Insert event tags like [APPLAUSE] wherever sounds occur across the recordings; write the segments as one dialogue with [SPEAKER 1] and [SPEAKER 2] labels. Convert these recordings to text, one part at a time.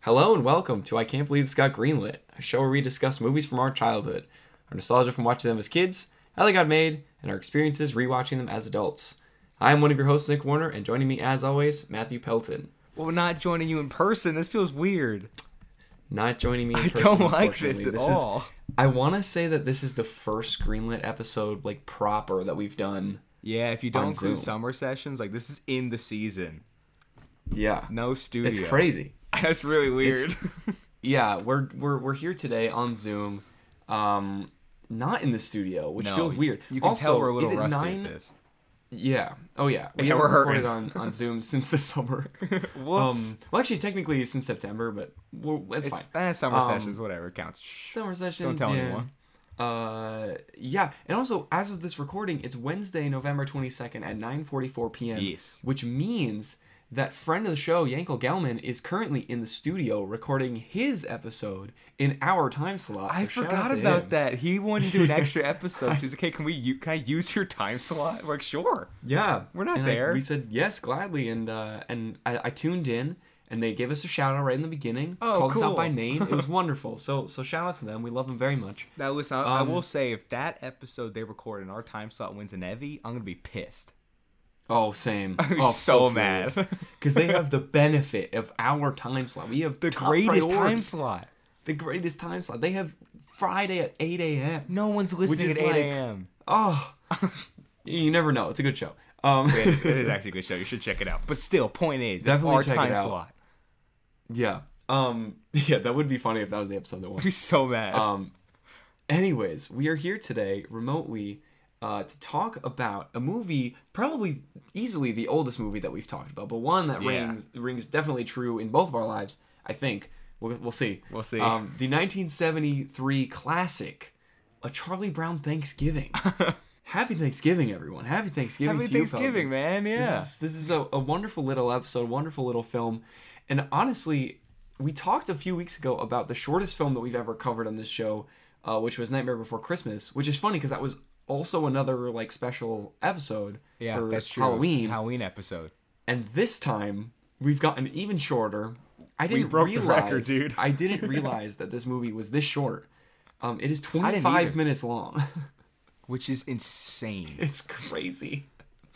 [SPEAKER 1] Hello and welcome to I Can't Believe This Got Greenlit, a show where we discuss movies from our childhood, our nostalgia from watching them as kids, how they got made, and our experiences rewatching them as adults. I am one of your hosts, Nick Warner, and joining me as always, Matthew Pelton.
[SPEAKER 2] Well, we're not joining you in person. This feels weird.
[SPEAKER 1] Not joining me. In
[SPEAKER 2] I
[SPEAKER 1] person,
[SPEAKER 2] don't like
[SPEAKER 1] unfortunately.
[SPEAKER 2] this at
[SPEAKER 1] is-
[SPEAKER 2] all.
[SPEAKER 1] I want to say that this is the first greenlit episode, like proper, that we've done.
[SPEAKER 2] Yeah, if you don't
[SPEAKER 1] On
[SPEAKER 2] include
[SPEAKER 1] Zoom.
[SPEAKER 2] summer sessions, like this is in the season.
[SPEAKER 1] Yeah,
[SPEAKER 2] No studio.
[SPEAKER 1] it's crazy.
[SPEAKER 2] [LAUGHS] That's really weird. [LAUGHS]
[SPEAKER 1] Yeah, we're we're we're here today on Zoom, um, not in the studio, which
[SPEAKER 2] No,
[SPEAKER 1] feels weird.
[SPEAKER 2] You can
[SPEAKER 1] also,
[SPEAKER 2] tell we're a
[SPEAKER 1] it
[SPEAKER 2] little
[SPEAKER 1] is
[SPEAKER 2] rusty
[SPEAKER 1] nine-
[SPEAKER 2] at this.
[SPEAKER 1] Yeah. Oh yeah. We
[SPEAKER 2] Yeah,
[SPEAKER 1] haven't
[SPEAKER 2] we're
[SPEAKER 1] recorded on,
[SPEAKER 2] hurting.
[SPEAKER 1] on
[SPEAKER 2] [LAUGHS]
[SPEAKER 1] Zoom since the summer. um,
[SPEAKER 2] Whoops.
[SPEAKER 1] well, actually, technically since September, but we're, it's,
[SPEAKER 2] it's
[SPEAKER 1] fine.
[SPEAKER 2] eh, summer
[SPEAKER 1] Um,
[SPEAKER 2] sessions, whatever it counts. Shh.
[SPEAKER 1] Summer sessions.
[SPEAKER 2] Don't tell
[SPEAKER 1] yeah.
[SPEAKER 2] anyone.
[SPEAKER 1] Uh, yeah, and also as of this recording, it's Wednesday, November twenty second at nine forty four p.m.
[SPEAKER 2] Yes.
[SPEAKER 1] which means that friend of the show Yankel Gelman is currently in the studio recording his episode in our time slot.
[SPEAKER 2] I
[SPEAKER 1] so shout out
[SPEAKER 2] forgot
[SPEAKER 1] to
[SPEAKER 2] about
[SPEAKER 1] him.
[SPEAKER 2] that. He wanted to do an [LAUGHS] extra episode. So he's like, "Hey, can we? U- can I use your time slot?" We're like, sure.
[SPEAKER 1] Yeah,
[SPEAKER 2] We're not
[SPEAKER 1] and I-
[SPEAKER 2] there.
[SPEAKER 1] we said yes gladly, and uh, and I, I tuned in, and they gave us a shout out right in the beginning.
[SPEAKER 2] Oh,
[SPEAKER 1] called us out
[SPEAKER 2] cool.
[SPEAKER 1] by name. It
[SPEAKER 2] [LAUGHS]
[SPEAKER 1] was wonderful. So so shout out to them. We love them very much.
[SPEAKER 2] Now listen, I, I
[SPEAKER 1] Um,
[SPEAKER 2] will say if that episode they record in our time slot wins an Evie, I'm gonna be pissed.
[SPEAKER 1] Oh, same.
[SPEAKER 2] I'm [LAUGHS]
[SPEAKER 1] oh,
[SPEAKER 2] so mad.
[SPEAKER 1] because they have the benefit of our time slot. We have
[SPEAKER 2] The
[SPEAKER 1] top
[SPEAKER 2] greatest
[SPEAKER 1] priority.
[SPEAKER 2] time slot.
[SPEAKER 1] The greatest time slot. They have Friday at eight a.m.
[SPEAKER 2] No one's listening
[SPEAKER 1] is
[SPEAKER 2] at 8
[SPEAKER 1] like-
[SPEAKER 2] a.m. [LAUGHS]
[SPEAKER 1] Oh, you never know. It's a good show. Um,
[SPEAKER 2] it, is, it is actually a good show. You should check it out. But still, point is, that's
[SPEAKER 1] Definitely
[SPEAKER 2] our
[SPEAKER 1] check it
[SPEAKER 2] time
[SPEAKER 1] out.
[SPEAKER 2] slot.
[SPEAKER 1] [LAUGHS]
[SPEAKER 2] [LAUGHS]
[SPEAKER 1] yeah. Um, [LAUGHS] yeah, that would be funny if that was the episode that won.
[SPEAKER 2] I'd be so mad.
[SPEAKER 1] Um, anyways, we are here today remotely uh, to talk about a movie, probably easily the oldest movie that we've talked about, but one that
[SPEAKER 2] Yeah.
[SPEAKER 1] rings rings definitely true in both of our lives. I think we'll we'll see.
[SPEAKER 2] We'll see.
[SPEAKER 1] Um, the 1973 classic, A Charlie Brown
[SPEAKER 2] [LAUGHS]
[SPEAKER 1] Thanksgiving. Happy Thanksgiving, everyone! Happy Thanksgiving
[SPEAKER 2] Happy
[SPEAKER 1] to you,
[SPEAKER 2] Thanksgiving,
[SPEAKER 1] Felton.
[SPEAKER 2] man. Yeah.
[SPEAKER 1] This is, this is a, a wonderful little episode, wonderful little film. And honestly, we talked a few weeks ago about the shortest film that we've ever covered on this show, uh, which was Nightmare Before Christmas, which is funny because that was also another like special episode
[SPEAKER 2] yeah,
[SPEAKER 1] for
[SPEAKER 2] that's true.
[SPEAKER 1] Halloween.
[SPEAKER 2] Halloween episode.
[SPEAKER 1] and this time, we've gotten even shorter. I didn't
[SPEAKER 2] broke the
[SPEAKER 1] realize,
[SPEAKER 2] record, dude.
[SPEAKER 1] I didn't realize that this movie was this short. Um, it is 25
[SPEAKER 2] either.
[SPEAKER 1] minutes long. [LAUGHS]
[SPEAKER 2] Which is insane.
[SPEAKER 1] it's crazy.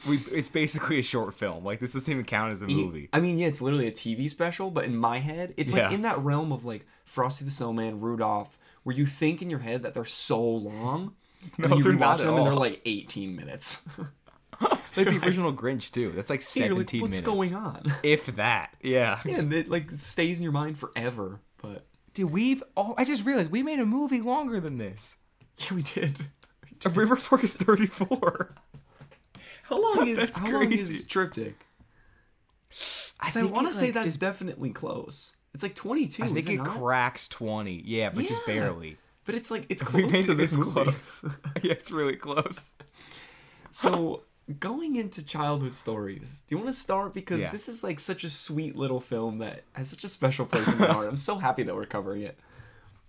[SPEAKER 2] we, it's basically a short film. Like this doesn't even count as a movie.
[SPEAKER 1] I mean, yeah, it's literally a TV special, but in my head, it's like
[SPEAKER 2] Yeah.
[SPEAKER 1] in that realm of like Frosty the Snowman, Rudolph, where you think in your head that they're so long,
[SPEAKER 2] [LAUGHS]
[SPEAKER 1] and
[SPEAKER 2] No,
[SPEAKER 1] then you
[SPEAKER 2] they're
[SPEAKER 1] rewatch
[SPEAKER 2] not at
[SPEAKER 1] them and they're
[SPEAKER 2] all.
[SPEAKER 1] like 18 minutes. [LAUGHS]
[SPEAKER 2] Like the original Grinch too. That's like
[SPEAKER 1] You're
[SPEAKER 2] seventeen
[SPEAKER 1] like, what's
[SPEAKER 2] minutes.
[SPEAKER 1] going on? [LAUGHS]
[SPEAKER 2] If that, yeah.
[SPEAKER 1] Yeah, and it like stays in your mind forever. But [LAUGHS]
[SPEAKER 2] Dude, we've. Oh, I just realized we made a movie longer than this.
[SPEAKER 1] yeah, we did.
[SPEAKER 2] River Fork is thirty-four.
[SPEAKER 1] How long is
[SPEAKER 2] That's
[SPEAKER 1] how long is
[SPEAKER 2] crazy.
[SPEAKER 1] Triptych? 'Cause I
[SPEAKER 2] think
[SPEAKER 1] want
[SPEAKER 2] it,
[SPEAKER 1] to say
[SPEAKER 2] like,
[SPEAKER 1] that's
[SPEAKER 2] just-
[SPEAKER 1] definitely close. It's like 22.
[SPEAKER 2] I think
[SPEAKER 1] is it
[SPEAKER 2] it
[SPEAKER 1] not?
[SPEAKER 2] cracks twenty. Yeah, but just
[SPEAKER 1] Yeah.
[SPEAKER 2] barely.
[SPEAKER 1] but it's like it's
[SPEAKER 2] [LAUGHS] We
[SPEAKER 1] close
[SPEAKER 2] made
[SPEAKER 1] to
[SPEAKER 2] it
[SPEAKER 1] this
[SPEAKER 2] this
[SPEAKER 1] movie.
[SPEAKER 2] close.
[SPEAKER 1] [LAUGHS]
[SPEAKER 2] [LAUGHS] yeah, it's really close. [LAUGHS]
[SPEAKER 1] So going into childhood stories, do you want to start because
[SPEAKER 2] Yeah.
[SPEAKER 1] this is like such a sweet little film that has such a special place in my heart. I'm so happy that we're covering it.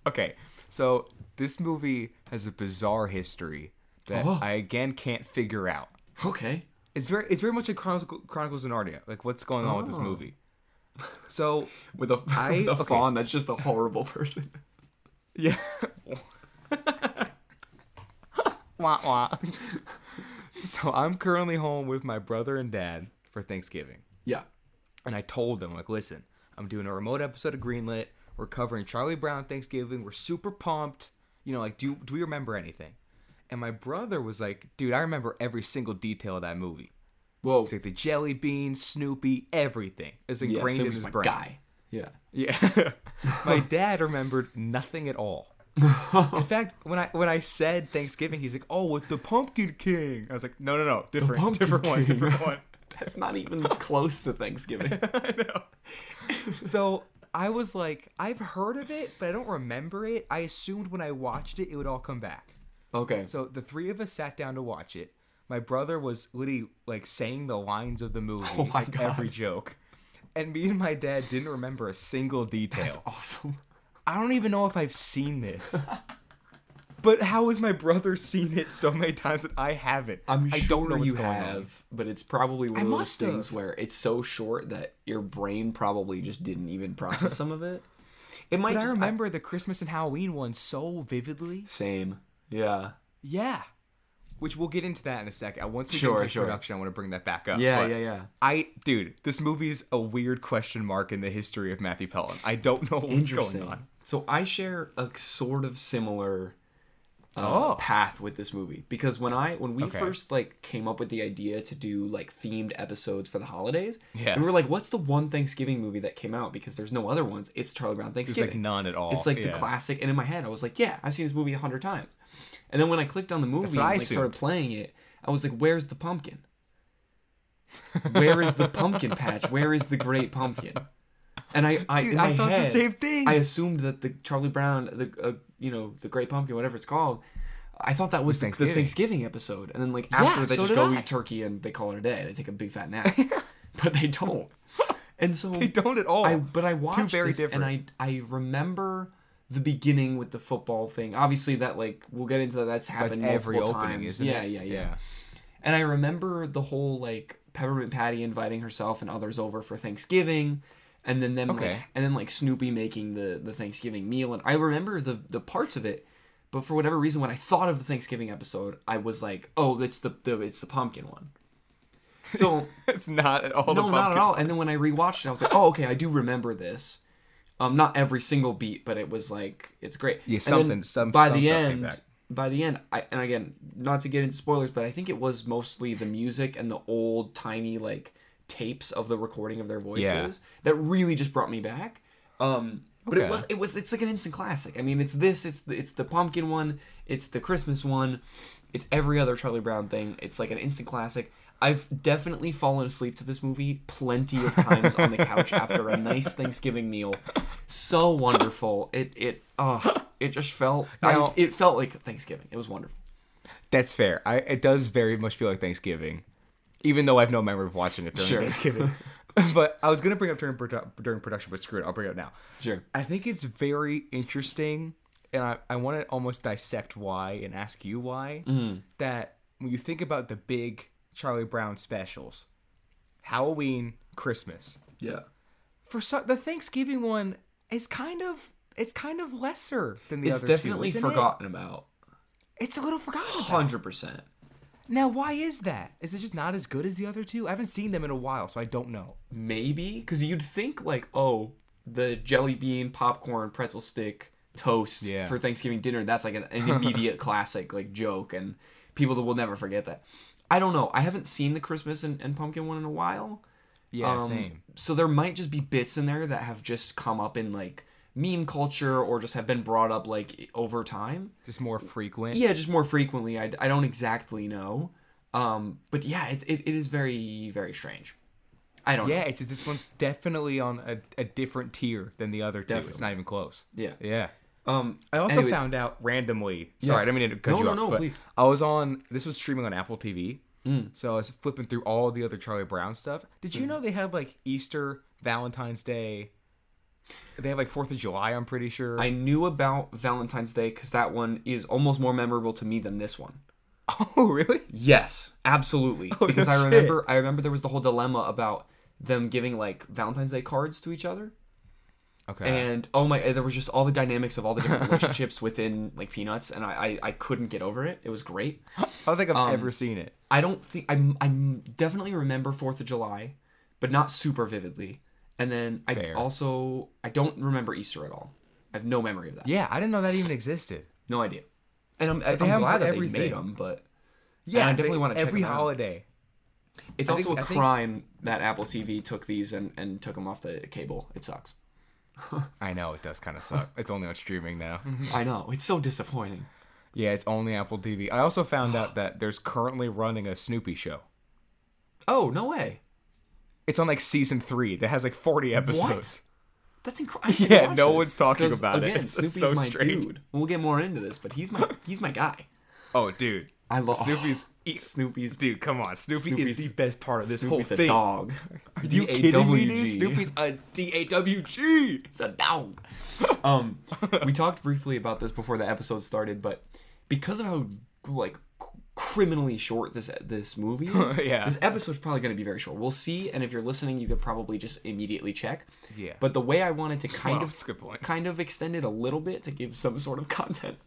[SPEAKER 2] Okay, so this movie has a bizarre history that
[SPEAKER 1] Oh.
[SPEAKER 2] I again can't figure out.
[SPEAKER 1] Okay.
[SPEAKER 2] It's very, it's very much like Chronicle, Chronicles of Narnia. Like, what's going on with this
[SPEAKER 1] Oh.
[SPEAKER 2] movie?
[SPEAKER 1] [LAUGHS]
[SPEAKER 2] So,
[SPEAKER 1] With a,
[SPEAKER 2] I-
[SPEAKER 1] with a
[SPEAKER 2] okay,
[SPEAKER 1] fawn
[SPEAKER 2] so-
[SPEAKER 1] that's just a horrible person. [LAUGHS]
[SPEAKER 2] yeah. [LAUGHS] wah wah. [LAUGHS] so I'm currently home with my brother and dad for Thanksgiving.
[SPEAKER 1] Yeah.
[SPEAKER 2] And I told them, like, listen, I'm doing a remote episode of Greenlit. We're covering Charlie Brown Thanksgiving. We're super pumped. You know, like, do do we remember anything? And my brother was like, dude, I remember every single detail of that movie.
[SPEAKER 1] Whoa.
[SPEAKER 2] It's like the jelly beans, Snoopy, everything is
[SPEAKER 1] Yeah,
[SPEAKER 2] ingrained
[SPEAKER 1] so
[SPEAKER 2] in
[SPEAKER 1] he's
[SPEAKER 2] his
[SPEAKER 1] my
[SPEAKER 2] brain.
[SPEAKER 1] guy. Yeah. [LAUGHS]
[SPEAKER 2] Yeah. [LAUGHS] my dad remembered nothing at all.
[SPEAKER 1] [LAUGHS]
[SPEAKER 2] in fact, when I when I said Thanksgiving, he's like, "Oh, with the Pumpkin King." I was like, "No, no, no, different,
[SPEAKER 1] Pumpkin
[SPEAKER 2] different one,
[SPEAKER 1] King.
[SPEAKER 2] different one."
[SPEAKER 1] That's not even close to
[SPEAKER 2] [LAUGHS]
[SPEAKER 1] Thanksgiving.
[SPEAKER 2] I know. So I was like, I've heard of it, but I don't remember it. I assumed when I watched it, it would all come back.
[SPEAKER 1] Okay.
[SPEAKER 2] So the three of us sat down to watch it. My brother was literally like saying the lines of the movie,
[SPEAKER 1] Oh my
[SPEAKER 2] like, every joke, and me and my dad didn't remember a single detail.
[SPEAKER 1] Awesome. [LAUGHS]
[SPEAKER 2] I don't even know if I've seen this, But how has my brother seen it so many times that I haven't?
[SPEAKER 1] I'm
[SPEAKER 2] I
[SPEAKER 1] sure
[SPEAKER 2] don't know what's
[SPEAKER 1] you
[SPEAKER 2] going
[SPEAKER 1] have,
[SPEAKER 2] on.
[SPEAKER 1] but it's probably one
[SPEAKER 2] I
[SPEAKER 1] of those
[SPEAKER 2] must
[SPEAKER 1] things
[SPEAKER 2] have.
[SPEAKER 1] where it's so short that your brain probably just didn't even process some of it. It might
[SPEAKER 2] But I
[SPEAKER 1] just,
[SPEAKER 2] remember the Christmas and Halloween one so vividly.
[SPEAKER 1] same. Yeah.
[SPEAKER 2] Yeah. Which we'll get into that in a second. Once we
[SPEAKER 1] Sure,
[SPEAKER 2] get into
[SPEAKER 1] sure.
[SPEAKER 2] production, I want to bring that back up.
[SPEAKER 1] Yeah,
[SPEAKER 2] Uh, But
[SPEAKER 1] yeah, yeah.
[SPEAKER 2] I dude, this movie is a weird question mark in the history of Matthew Pelham. I don't know what's
[SPEAKER 1] Interesting.
[SPEAKER 2] going on.
[SPEAKER 1] So I share a sort of similar uh,
[SPEAKER 2] Oh.
[SPEAKER 1] path with this movie because when I when we
[SPEAKER 2] Okay.
[SPEAKER 1] first like came up with the idea to do like themed episodes for the holidays,
[SPEAKER 2] Yeah.
[SPEAKER 1] and we were like, what's the one Thanksgiving movie that came out because there's no other ones? It's Charlie Brown
[SPEAKER 2] It's like
[SPEAKER 1] Thanksgiving.
[SPEAKER 2] none at all.
[SPEAKER 1] It's like the
[SPEAKER 2] Yeah.
[SPEAKER 1] classic, and in my head, I was like, "Yeah, I've seen this movie a hundred times." And then when I clicked on the movie and
[SPEAKER 2] what I
[SPEAKER 1] like, started playing it, I was like, "Where's the pumpkin? Where is
[SPEAKER 2] [LAUGHS]
[SPEAKER 1] the pumpkin patch? Where is the great pumpkin?" And I, I,
[SPEAKER 2] Dude,
[SPEAKER 1] in
[SPEAKER 2] I
[SPEAKER 1] my
[SPEAKER 2] thought the
[SPEAKER 1] head,
[SPEAKER 2] same thing.
[SPEAKER 1] I assumed that the Charlie Brown, the uh, you know, the great pumpkin, whatever it's called, I thought that was the Thanksgiving,
[SPEAKER 2] Thanksgiving.
[SPEAKER 1] the Thanksgiving episode. And then like after they
[SPEAKER 2] so
[SPEAKER 1] just
[SPEAKER 2] did
[SPEAKER 1] go
[SPEAKER 2] I.
[SPEAKER 1] eat turkey and they call it a day. They take a big fat
[SPEAKER 2] [LAUGHS]
[SPEAKER 1] nap, but they don't. And so
[SPEAKER 2] They [LAUGHS] don't at all.
[SPEAKER 1] I but I watched
[SPEAKER 2] Oh, very
[SPEAKER 1] this and I
[SPEAKER 2] different.
[SPEAKER 1] I remember the beginning with the football thing. Obviously that like we'll get into that that's
[SPEAKER 2] That's
[SPEAKER 1] happened
[SPEAKER 2] every
[SPEAKER 1] multiple
[SPEAKER 2] opening,
[SPEAKER 1] times.
[SPEAKER 2] isn't
[SPEAKER 1] yeah,
[SPEAKER 2] it?
[SPEAKER 1] yeah, yeah, And I remember the whole like Peppermint Patty inviting herself and others over for Thanksgiving and then them like
[SPEAKER 2] Okay.
[SPEAKER 1] and then like Snoopy making the the Thanksgiving meal and I remember the the parts of it but for whatever reason when I thought of the Thanksgiving episode I was like oh it's the, the it's the pumpkin one. So
[SPEAKER 2] [LAUGHS] it's not at all. the
[SPEAKER 1] no, not at
[SPEAKER 2] pumpkin.
[SPEAKER 1] all. And then when I rewatched it, I was like, oh, okay, I do remember this. Um, not every single beat, but it was like it's great.
[SPEAKER 2] Yeah,
[SPEAKER 1] And
[SPEAKER 2] something-
[SPEAKER 1] then
[SPEAKER 2] some-
[SPEAKER 1] by
[SPEAKER 2] some
[SPEAKER 1] the
[SPEAKER 2] stuff came
[SPEAKER 1] end,
[SPEAKER 2] back.
[SPEAKER 1] by the end, I and again, not to get into spoilers, but I think it was mostly the music and the old tiny like tapes of the recording of their voices that really just brought me back. Um, but it
[SPEAKER 2] Okay.
[SPEAKER 1] was it was it's like an instant classic. I mean, it's this, it's the, it's the pumpkin one, it's the Christmas one, it's every other Charlie Brown thing. It's like an instant classic. I've definitely fallen asleep to this movie plenty of times on the
[SPEAKER 2] [LAUGHS]
[SPEAKER 1] couch after a nice Thanksgiving meal. So wonderful. It it oh, it just felt
[SPEAKER 2] Now-
[SPEAKER 1] I, it felt like Thanksgiving. It was wonderful.
[SPEAKER 2] That's fair. I it does very much feel like Thanksgiving, even though I have no memory of watching it during
[SPEAKER 1] Sure. [LAUGHS]
[SPEAKER 2] Thanksgiving. [LAUGHS] but I was gonna bring up during produ- during production, but screw it, I'll bring it up now.
[SPEAKER 1] Sure.
[SPEAKER 2] I think it's very interesting, and I I want to almost dissect why and ask you why
[SPEAKER 1] Mm-hmm.
[SPEAKER 2] that when you think about the big Charlie Brown specials, Halloween, Christmas,
[SPEAKER 1] Yeah.
[SPEAKER 2] for so, the Thanksgiving one is kind of it's kind of lesser than the
[SPEAKER 1] It's
[SPEAKER 2] other two,
[SPEAKER 1] definitely
[SPEAKER 2] isn't it?
[SPEAKER 1] forgotten about.
[SPEAKER 2] It's a little forgotten. about.
[SPEAKER 1] 100%.
[SPEAKER 2] Now, why is that? Is it just not as good as the other two? I haven't seen them in a while, so I don't know.
[SPEAKER 1] maybe because you'd think like oh the jelly bean popcorn pretzel stick toast
[SPEAKER 2] Yeah.
[SPEAKER 1] for thanksgiving dinner that's like an, an
[SPEAKER 2] [LAUGHS]
[SPEAKER 1] immediate classic like joke and people that will never forget that i don't know i haven't seen the christmas and, and pumpkin one in a while
[SPEAKER 2] Yeah,
[SPEAKER 1] Um, so there might just be bits in there that have just come up in like meme culture or just have been brought up like over time
[SPEAKER 2] Just more frequent.
[SPEAKER 1] yeah just more frequently i, I don't exactly know um but yeah it's it, it is very very strange i don't
[SPEAKER 2] Yeah,
[SPEAKER 1] know
[SPEAKER 2] it's this one's definitely on a, a different tier than the other two. It's not even close.
[SPEAKER 1] Yeah.
[SPEAKER 2] Yeah.
[SPEAKER 1] um
[SPEAKER 2] I also
[SPEAKER 1] Anyway-
[SPEAKER 2] found out randomly. Sorry, I didn't mean to cut
[SPEAKER 1] No,
[SPEAKER 2] you
[SPEAKER 1] no,
[SPEAKER 2] off.
[SPEAKER 1] no,
[SPEAKER 2] but
[SPEAKER 1] please.
[SPEAKER 2] I was on. This was streaming on Apple TV. So I was flipping through all the other Charlie Brown stuff. Did you know they had like Easter, Valentine's Day? They have like Fourth of July. I'm pretty sure.
[SPEAKER 1] I knew about Valentine's Day because that one is almost more memorable to me than this one.
[SPEAKER 2] [LAUGHS] oh, really?
[SPEAKER 1] Yes,
[SPEAKER 2] [LAUGHS]
[SPEAKER 1] absolutely. because
[SPEAKER 2] Oh, no
[SPEAKER 1] I
[SPEAKER 2] shit.
[SPEAKER 1] remember, I remember there was the whole dilemma about them giving like Valentine's Day cards to each other,
[SPEAKER 2] Okay.
[SPEAKER 1] and oh my, there was just all the dynamics of all the
[SPEAKER 2] [LAUGHS]
[SPEAKER 1] different relationships within like Peanuts, and I, I I couldn't get over it. It was great.
[SPEAKER 2] I don't think I've ever seen it.
[SPEAKER 1] I don't think I I definitely remember Fourth of July, but not super vividly. And then I
[SPEAKER 2] Fair.
[SPEAKER 1] also I don't remember Easter at all. I have no memory of that.
[SPEAKER 2] Yeah, I didn't know that even existed.
[SPEAKER 1] No idea. And I'm, I'm
[SPEAKER 2] have 'em
[SPEAKER 1] glad
[SPEAKER 2] for
[SPEAKER 1] that they made
[SPEAKER 2] everything.
[SPEAKER 1] them, but
[SPEAKER 2] Yeah,
[SPEAKER 1] I definitely
[SPEAKER 2] they-
[SPEAKER 1] wanna check
[SPEAKER 2] every
[SPEAKER 1] 'em out.
[SPEAKER 2] holiday.
[SPEAKER 1] it's
[SPEAKER 2] I
[SPEAKER 1] also
[SPEAKER 2] think-
[SPEAKER 1] a
[SPEAKER 2] I think-
[SPEAKER 1] crime that Apple TV took these and, and took them off the cable. It sucks.
[SPEAKER 2] [LAUGHS] I know it does kind of [LAUGHS] suck. It's only on streaming now.
[SPEAKER 1] I know. It's so disappointing.
[SPEAKER 2] yeah, it's only Apple TV. I also found out that there's currently running a Snoopy show.
[SPEAKER 1] Oh, no way.
[SPEAKER 2] It's on like season three that has like 40 episodes.
[SPEAKER 1] That's
[SPEAKER 2] [LAUGHS]
[SPEAKER 1] incredible.
[SPEAKER 2] Yeah, no one's talking about it.
[SPEAKER 1] again,
[SPEAKER 2] It's
[SPEAKER 1] Snoopy's
[SPEAKER 2] so
[SPEAKER 1] my
[SPEAKER 2] strange.
[SPEAKER 1] dude. We'll get more into this, but he's my he's my guy.
[SPEAKER 2] Oh, dude.
[SPEAKER 1] I love
[SPEAKER 2] Snoopy's.
[SPEAKER 1] Oh,
[SPEAKER 2] e
[SPEAKER 1] Snoopy's
[SPEAKER 2] Dude, come on. Snoopy
[SPEAKER 1] Snoopy's-
[SPEAKER 2] is the best part of this
[SPEAKER 1] Snoopy's
[SPEAKER 2] whole
[SPEAKER 1] a
[SPEAKER 2] thing.
[SPEAKER 1] dog. Are
[SPEAKER 2] You kidding me, dude? Snoopy's a D A W G. [LAUGHS]
[SPEAKER 1] It's a dog. Um, we talked briefly about this before the episode started, but because of how like c- criminally short this this movie is.
[SPEAKER 2] [LAUGHS] Yeah.
[SPEAKER 1] This episode's probably going to be very short. We'll see, and if you're listening, you could probably just immediately check.
[SPEAKER 2] Yeah.
[SPEAKER 1] But the way I wanted to kind
[SPEAKER 2] Wow,
[SPEAKER 1] of
[SPEAKER 2] that's a good point.
[SPEAKER 1] kind of extend it a little bit to give some sort of [LAUGHS] content.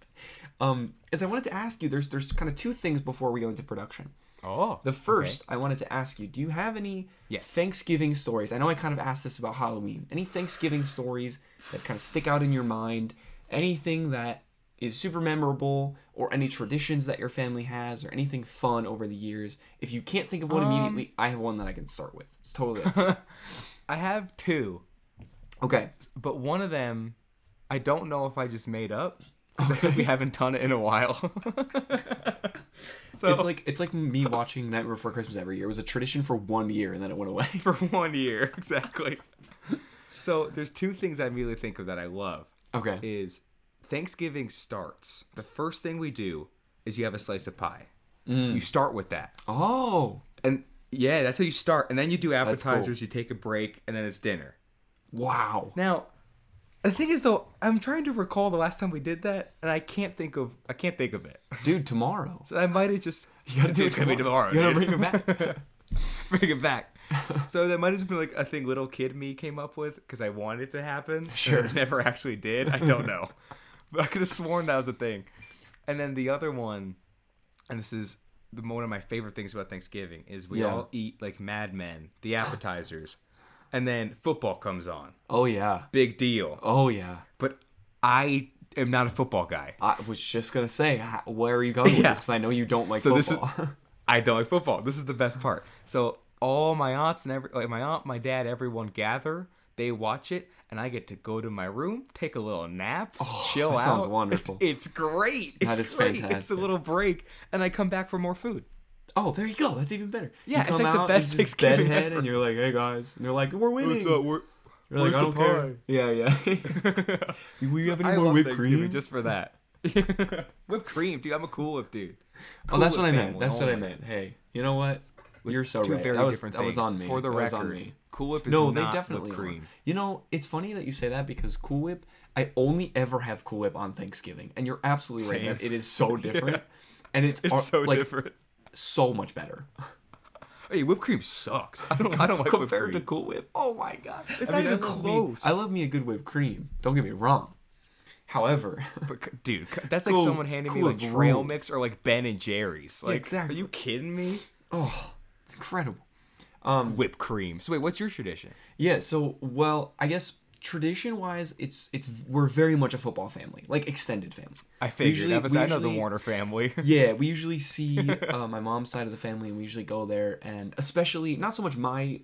[SPEAKER 1] Um, is I wanted to ask you, there's there's kind of two things before we go into production.
[SPEAKER 2] Oh.
[SPEAKER 1] The first I wanted to ask you, do you have any
[SPEAKER 2] Yes.
[SPEAKER 1] Thanksgiving stories? I know I kind of asked this about Halloween. Any Thanksgiving stories that kind of stick out in your mind? Anything that is super memorable or any traditions that your family has or anything fun over the years? If you can't think of
[SPEAKER 2] Um,
[SPEAKER 1] one immediately, I have one that I can start with. It's totally up to
[SPEAKER 2] [LAUGHS]
[SPEAKER 1] you.
[SPEAKER 2] I have two,
[SPEAKER 1] Okay.
[SPEAKER 2] but one of them I don't know if I just made up because I
[SPEAKER 1] [LAUGHS]
[SPEAKER 2] think we haven't done it in a while. [LAUGHS] so
[SPEAKER 1] It's like it's like me watching Nightmare Before Christmas every year. It was a tradition for one year and then it went away. [LAUGHS]
[SPEAKER 2] for one year [LAUGHS] exactly. so there's two things I immediately think of that I love
[SPEAKER 1] Okay.
[SPEAKER 2] is Thanksgiving starts. The first thing we do is you have a slice of pie.
[SPEAKER 1] Mm.
[SPEAKER 2] You start with that.
[SPEAKER 1] Oh.
[SPEAKER 2] And yeah, that's how you start. And then you do
[SPEAKER 1] cool.
[SPEAKER 2] appetizers, you take a break, and then it's dinner.
[SPEAKER 1] Wow.
[SPEAKER 2] Now, the thing is though, I'm trying to recall the last time we did that, and I can't think of I can't think of it. [LAUGHS]
[SPEAKER 1] Dude, tomorrow.
[SPEAKER 2] So I might have just
[SPEAKER 1] You
[SPEAKER 2] [LAUGHS]
[SPEAKER 1] gotta do it tomorrow. You gotta
[SPEAKER 2] dude.
[SPEAKER 1] bring it
[SPEAKER 2] [LAUGHS] bring it back. so that might have just been like a thing little kid me came up with because I wanted it to happen. and
[SPEAKER 1] Sure.
[SPEAKER 2] it never actually did. I don't know, [LAUGHS] but I could have sworn that was a thing. And then the other one, and this is the one of my favorite things about Thanksgiving is we
[SPEAKER 1] Yeah.
[SPEAKER 2] all eat like madmen, the appetizers, and then football comes on.
[SPEAKER 1] Oh yeah.
[SPEAKER 2] Big deal.
[SPEAKER 1] Oh yeah.
[SPEAKER 2] But I am not a football guy.
[SPEAKER 1] I was just gonna say, ha- where are you going with
[SPEAKER 2] Yeah.
[SPEAKER 1] this? Because I know you don't like
[SPEAKER 2] So this is-
[SPEAKER 1] football. [LAUGHS]
[SPEAKER 2] I don't like football. This is the best part. So all my aunts and every like my aunt, my dad, everyone gather. They watch it, and I get to go to my room, take a little nap, chill
[SPEAKER 1] Oh, that
[SPEAKER 2] out.
[SPEAKER 1] sounds wonderful.
[SPEAKER 2] [LAUGHS] It's great. It's
[SPEAKER 1] That is
[SPEAKER 2] great. It's a
[SPEAKER 1] fantastic.
[SPEAKER 2] little break, and I come back for more food.
[SPEAKER 1] oh, there you go. That's even better.
[SPEAKER 2] Yeah,
[SPEAKER 1] You
[SPEAKER 2] it's
[SPEAKER 1] come
[SPEAKER 2] like the
[SPEAKER 1] out,
[SPEAKER 2] best
[SPEAKER 1] you just
[SPEAKER 2] Thanksgiving
[SPEAKER 1] deadhead,
[SPEAKER 2] ever.
[SPEAKER 1] and you're like, hey guys, and they're like, we're winning. You're like,
[SPEAKER 2] where's
[SPEAKER 1] I
[SPEAKER 2] the
[SPEAKER 1] don't care. Yeah, yeah. [LAUGHS] Do we have any
[SPEAKER 2] I
[SPEAKER 1] more
[SPEAKER 2] love
[SPEAKER 1] whipped
[SPEAKER 2] Thanksgiving
[SPEAKER 1] cream?
[SPEAKER 2] just for that. [LAUGHS] whipped cream, dude. I'm a cool whip dude.
[SPEAKER 1] oh, that's
[SPEAKER 2] Cool
[SPEAKER 1] what I
[SPEAKER 2] Whip
[SPEAKER 1] meant.
[SPEAKER 2] family Oh
[SPEAKER 1] That's what I
[SPEAKER 2] only.
[SPEAKER 1] meant. Hey, you know what? You're so
[SPEAKER 2] Two
[SPEAKER 1] right.
[SPEAKER 2] very
[SPEAKER 1] that was,
[SPEAKER 2] different
[SPEAKER 1] that
[SPEAKER 2] things.
[SPEAKER 1] was on me.
[SPEAKER 2] For the
[SPEAKER 1] that
[SPEAKER 2] record,
[SPEAKER 1] was on me.
[SPEAKER 2] Cool Whip is
[SPEAKER 1] No,
[SPEAKER 2] not
[SPEAKER 1] they
[SPEAKER 2] whipped
[SPEAKER 1] definitely are.
[SPEAKER 2] cream.
[SPEAKER 1] You know, it's funny that you say that because Cool Whip, I only ever have Cool Whip on Thanksgiving, and you're absolutely
[SPEAKER 2] Same.
[SPEAKER 1] right. That it is
[SPEAKER 2] [LAUGHS]
[SPEAKER 1] so different, and it's,
[SPEAKER 2] It's
[SPEAKER 1] ar-
[SPEAKER 2] so
[SPEAKER 1] like,
[SPEAKER 2] different.
[SPEAKER 1] so much [LAUGHS] better.
[SPEAKER 2] Hey, whipped cream sucks. I don't. I don't like
[SPEAKER 1] [LAUGHS]
[SPEAKER 2] whipped
[SPEAKER 1] compared
[SPEAKER 2] cream.
[SPEAKER 1] to Cool Whip. Oh my god, it's
[SPEAKER 2] not even close.
[SPEAKER 1] I love me a good whipped cream. Don't get me wrong. However, [LAUGHS]
[SPEAKER 2] But, c- dude, c- that's like
[SPEAKER 1] Cool-
[SPEAKER 2] someone handing
[SPEAKER 1] cool
[SPEAKER 2] me like trail
[SPEAKER 1] rules.
[SPEAKER 2] mix or like Ben and Jerry's. Like,
[SPEAKER 1] exactly.
[SPEAKER 2] Are you kidding me? Um,
[SPEAKER 1] oh, it's incredible.
[SPEAKER 2] Whipped cream. So wait, what's your tradition?
[SPEAKER 1] Yeah. So, well, I guess tradition-wise, it's it's we're very much a football family, like extended family.
[SPEAKER 2] I
[SPEAKER 1] We
[SPEAKER 2] figured.
[SPEAKER 1] usually-
[SPEAKER 2] I, was,
[SPEAKER 1] we
[SPEAKER 2] I know the
[SPEAKER 1] usually-
[SPEAKER 2] Warner [LAUGHS] family.
[SPEAKER 1] Yeah, we usually
[SPEAKER 2] [LAUGHS]
[SPEAKER 1] see uh, my mom's side of the family, and we usually go there, and especially not so much my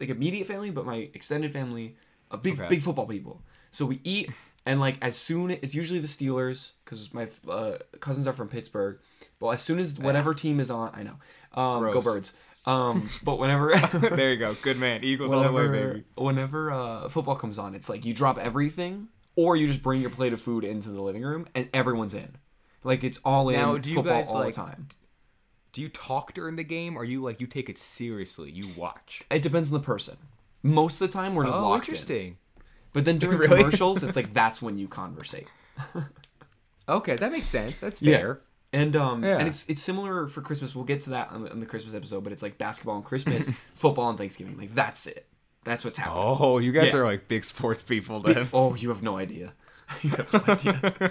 [SPEAKER 1] like immediate family, but my extended family, a big
[SPEAKER 2] Okay.
[SPEAKER 1] big football people. So we eat, and like as soon it's usually the Steelers because my uh, cousins are from Pittsburgh. Well, as soon as whatever team is on, I know, um, go
[SPEAKER 2] Gross.
[SPEAKER 1] birds. Um, but
[SPEAKER 2] [LAUGHS]
[SPEAKER 1] whenever
[SPEAKER 2] there you go. Good man. Eagles all the way,
[SPEAKER 1] whenever
[SPEAKER 2] baby.
[SPEAKER 1] whenever uh, football comes on, it's like you drop everything, or you just bring your plate of food into the living room, and everyone's in. Like it's all in
[SPEAKER 2] Now, do you
[SPEAKER 1] football
[SPEAKER 2] guys,
[SPEAKER 1] all
[SPEAKER 2] like-
[SPEAKER 1] the time.
[SPEAKER 2] Do you talk during the game? Or you like you take it seriously? You watch.
[SPEAKER 1] It depends on the person. Most of the time, we're just
[SPEAKER 2] Oh,
[SPEAKER 1] locked in.
[SPEAKER 2] interesting.
[SPEAKER 1] But then during
[SPEAKER 2] [LAUGHS] Really?
[SPEAKER 1] commercials, it's like that's when you conversate.
[SPEAKER 2] Okay, that makes sense. That's
[SPEAKER 1] Yeah.
[SPEAKER 2] fair.
[SPEAKER 1] And um
[SPEAKER 2] Yeah.
[SPEAKER 1] and it's it's similar for Christmas. We'll get to that on the, on the Christmas episode, but it's like basketball and
[SPEAKER 2] [LAUGHS]
[SPEAKER 1] Christmas, football and Thanksgiving. Like that's it. That's what's happening.
[SPEAKER 2] Oh, you guys
[SPEAKER 1] Yeah.
[SPEAKER 2] are like big sports [LAUGHS] people then.
[SPEAKER 1] Oh, you have no idea. [LAUGHS] You have no
[SPEAKER 2] [LAUGHS]
[SPEAKER 1] idea.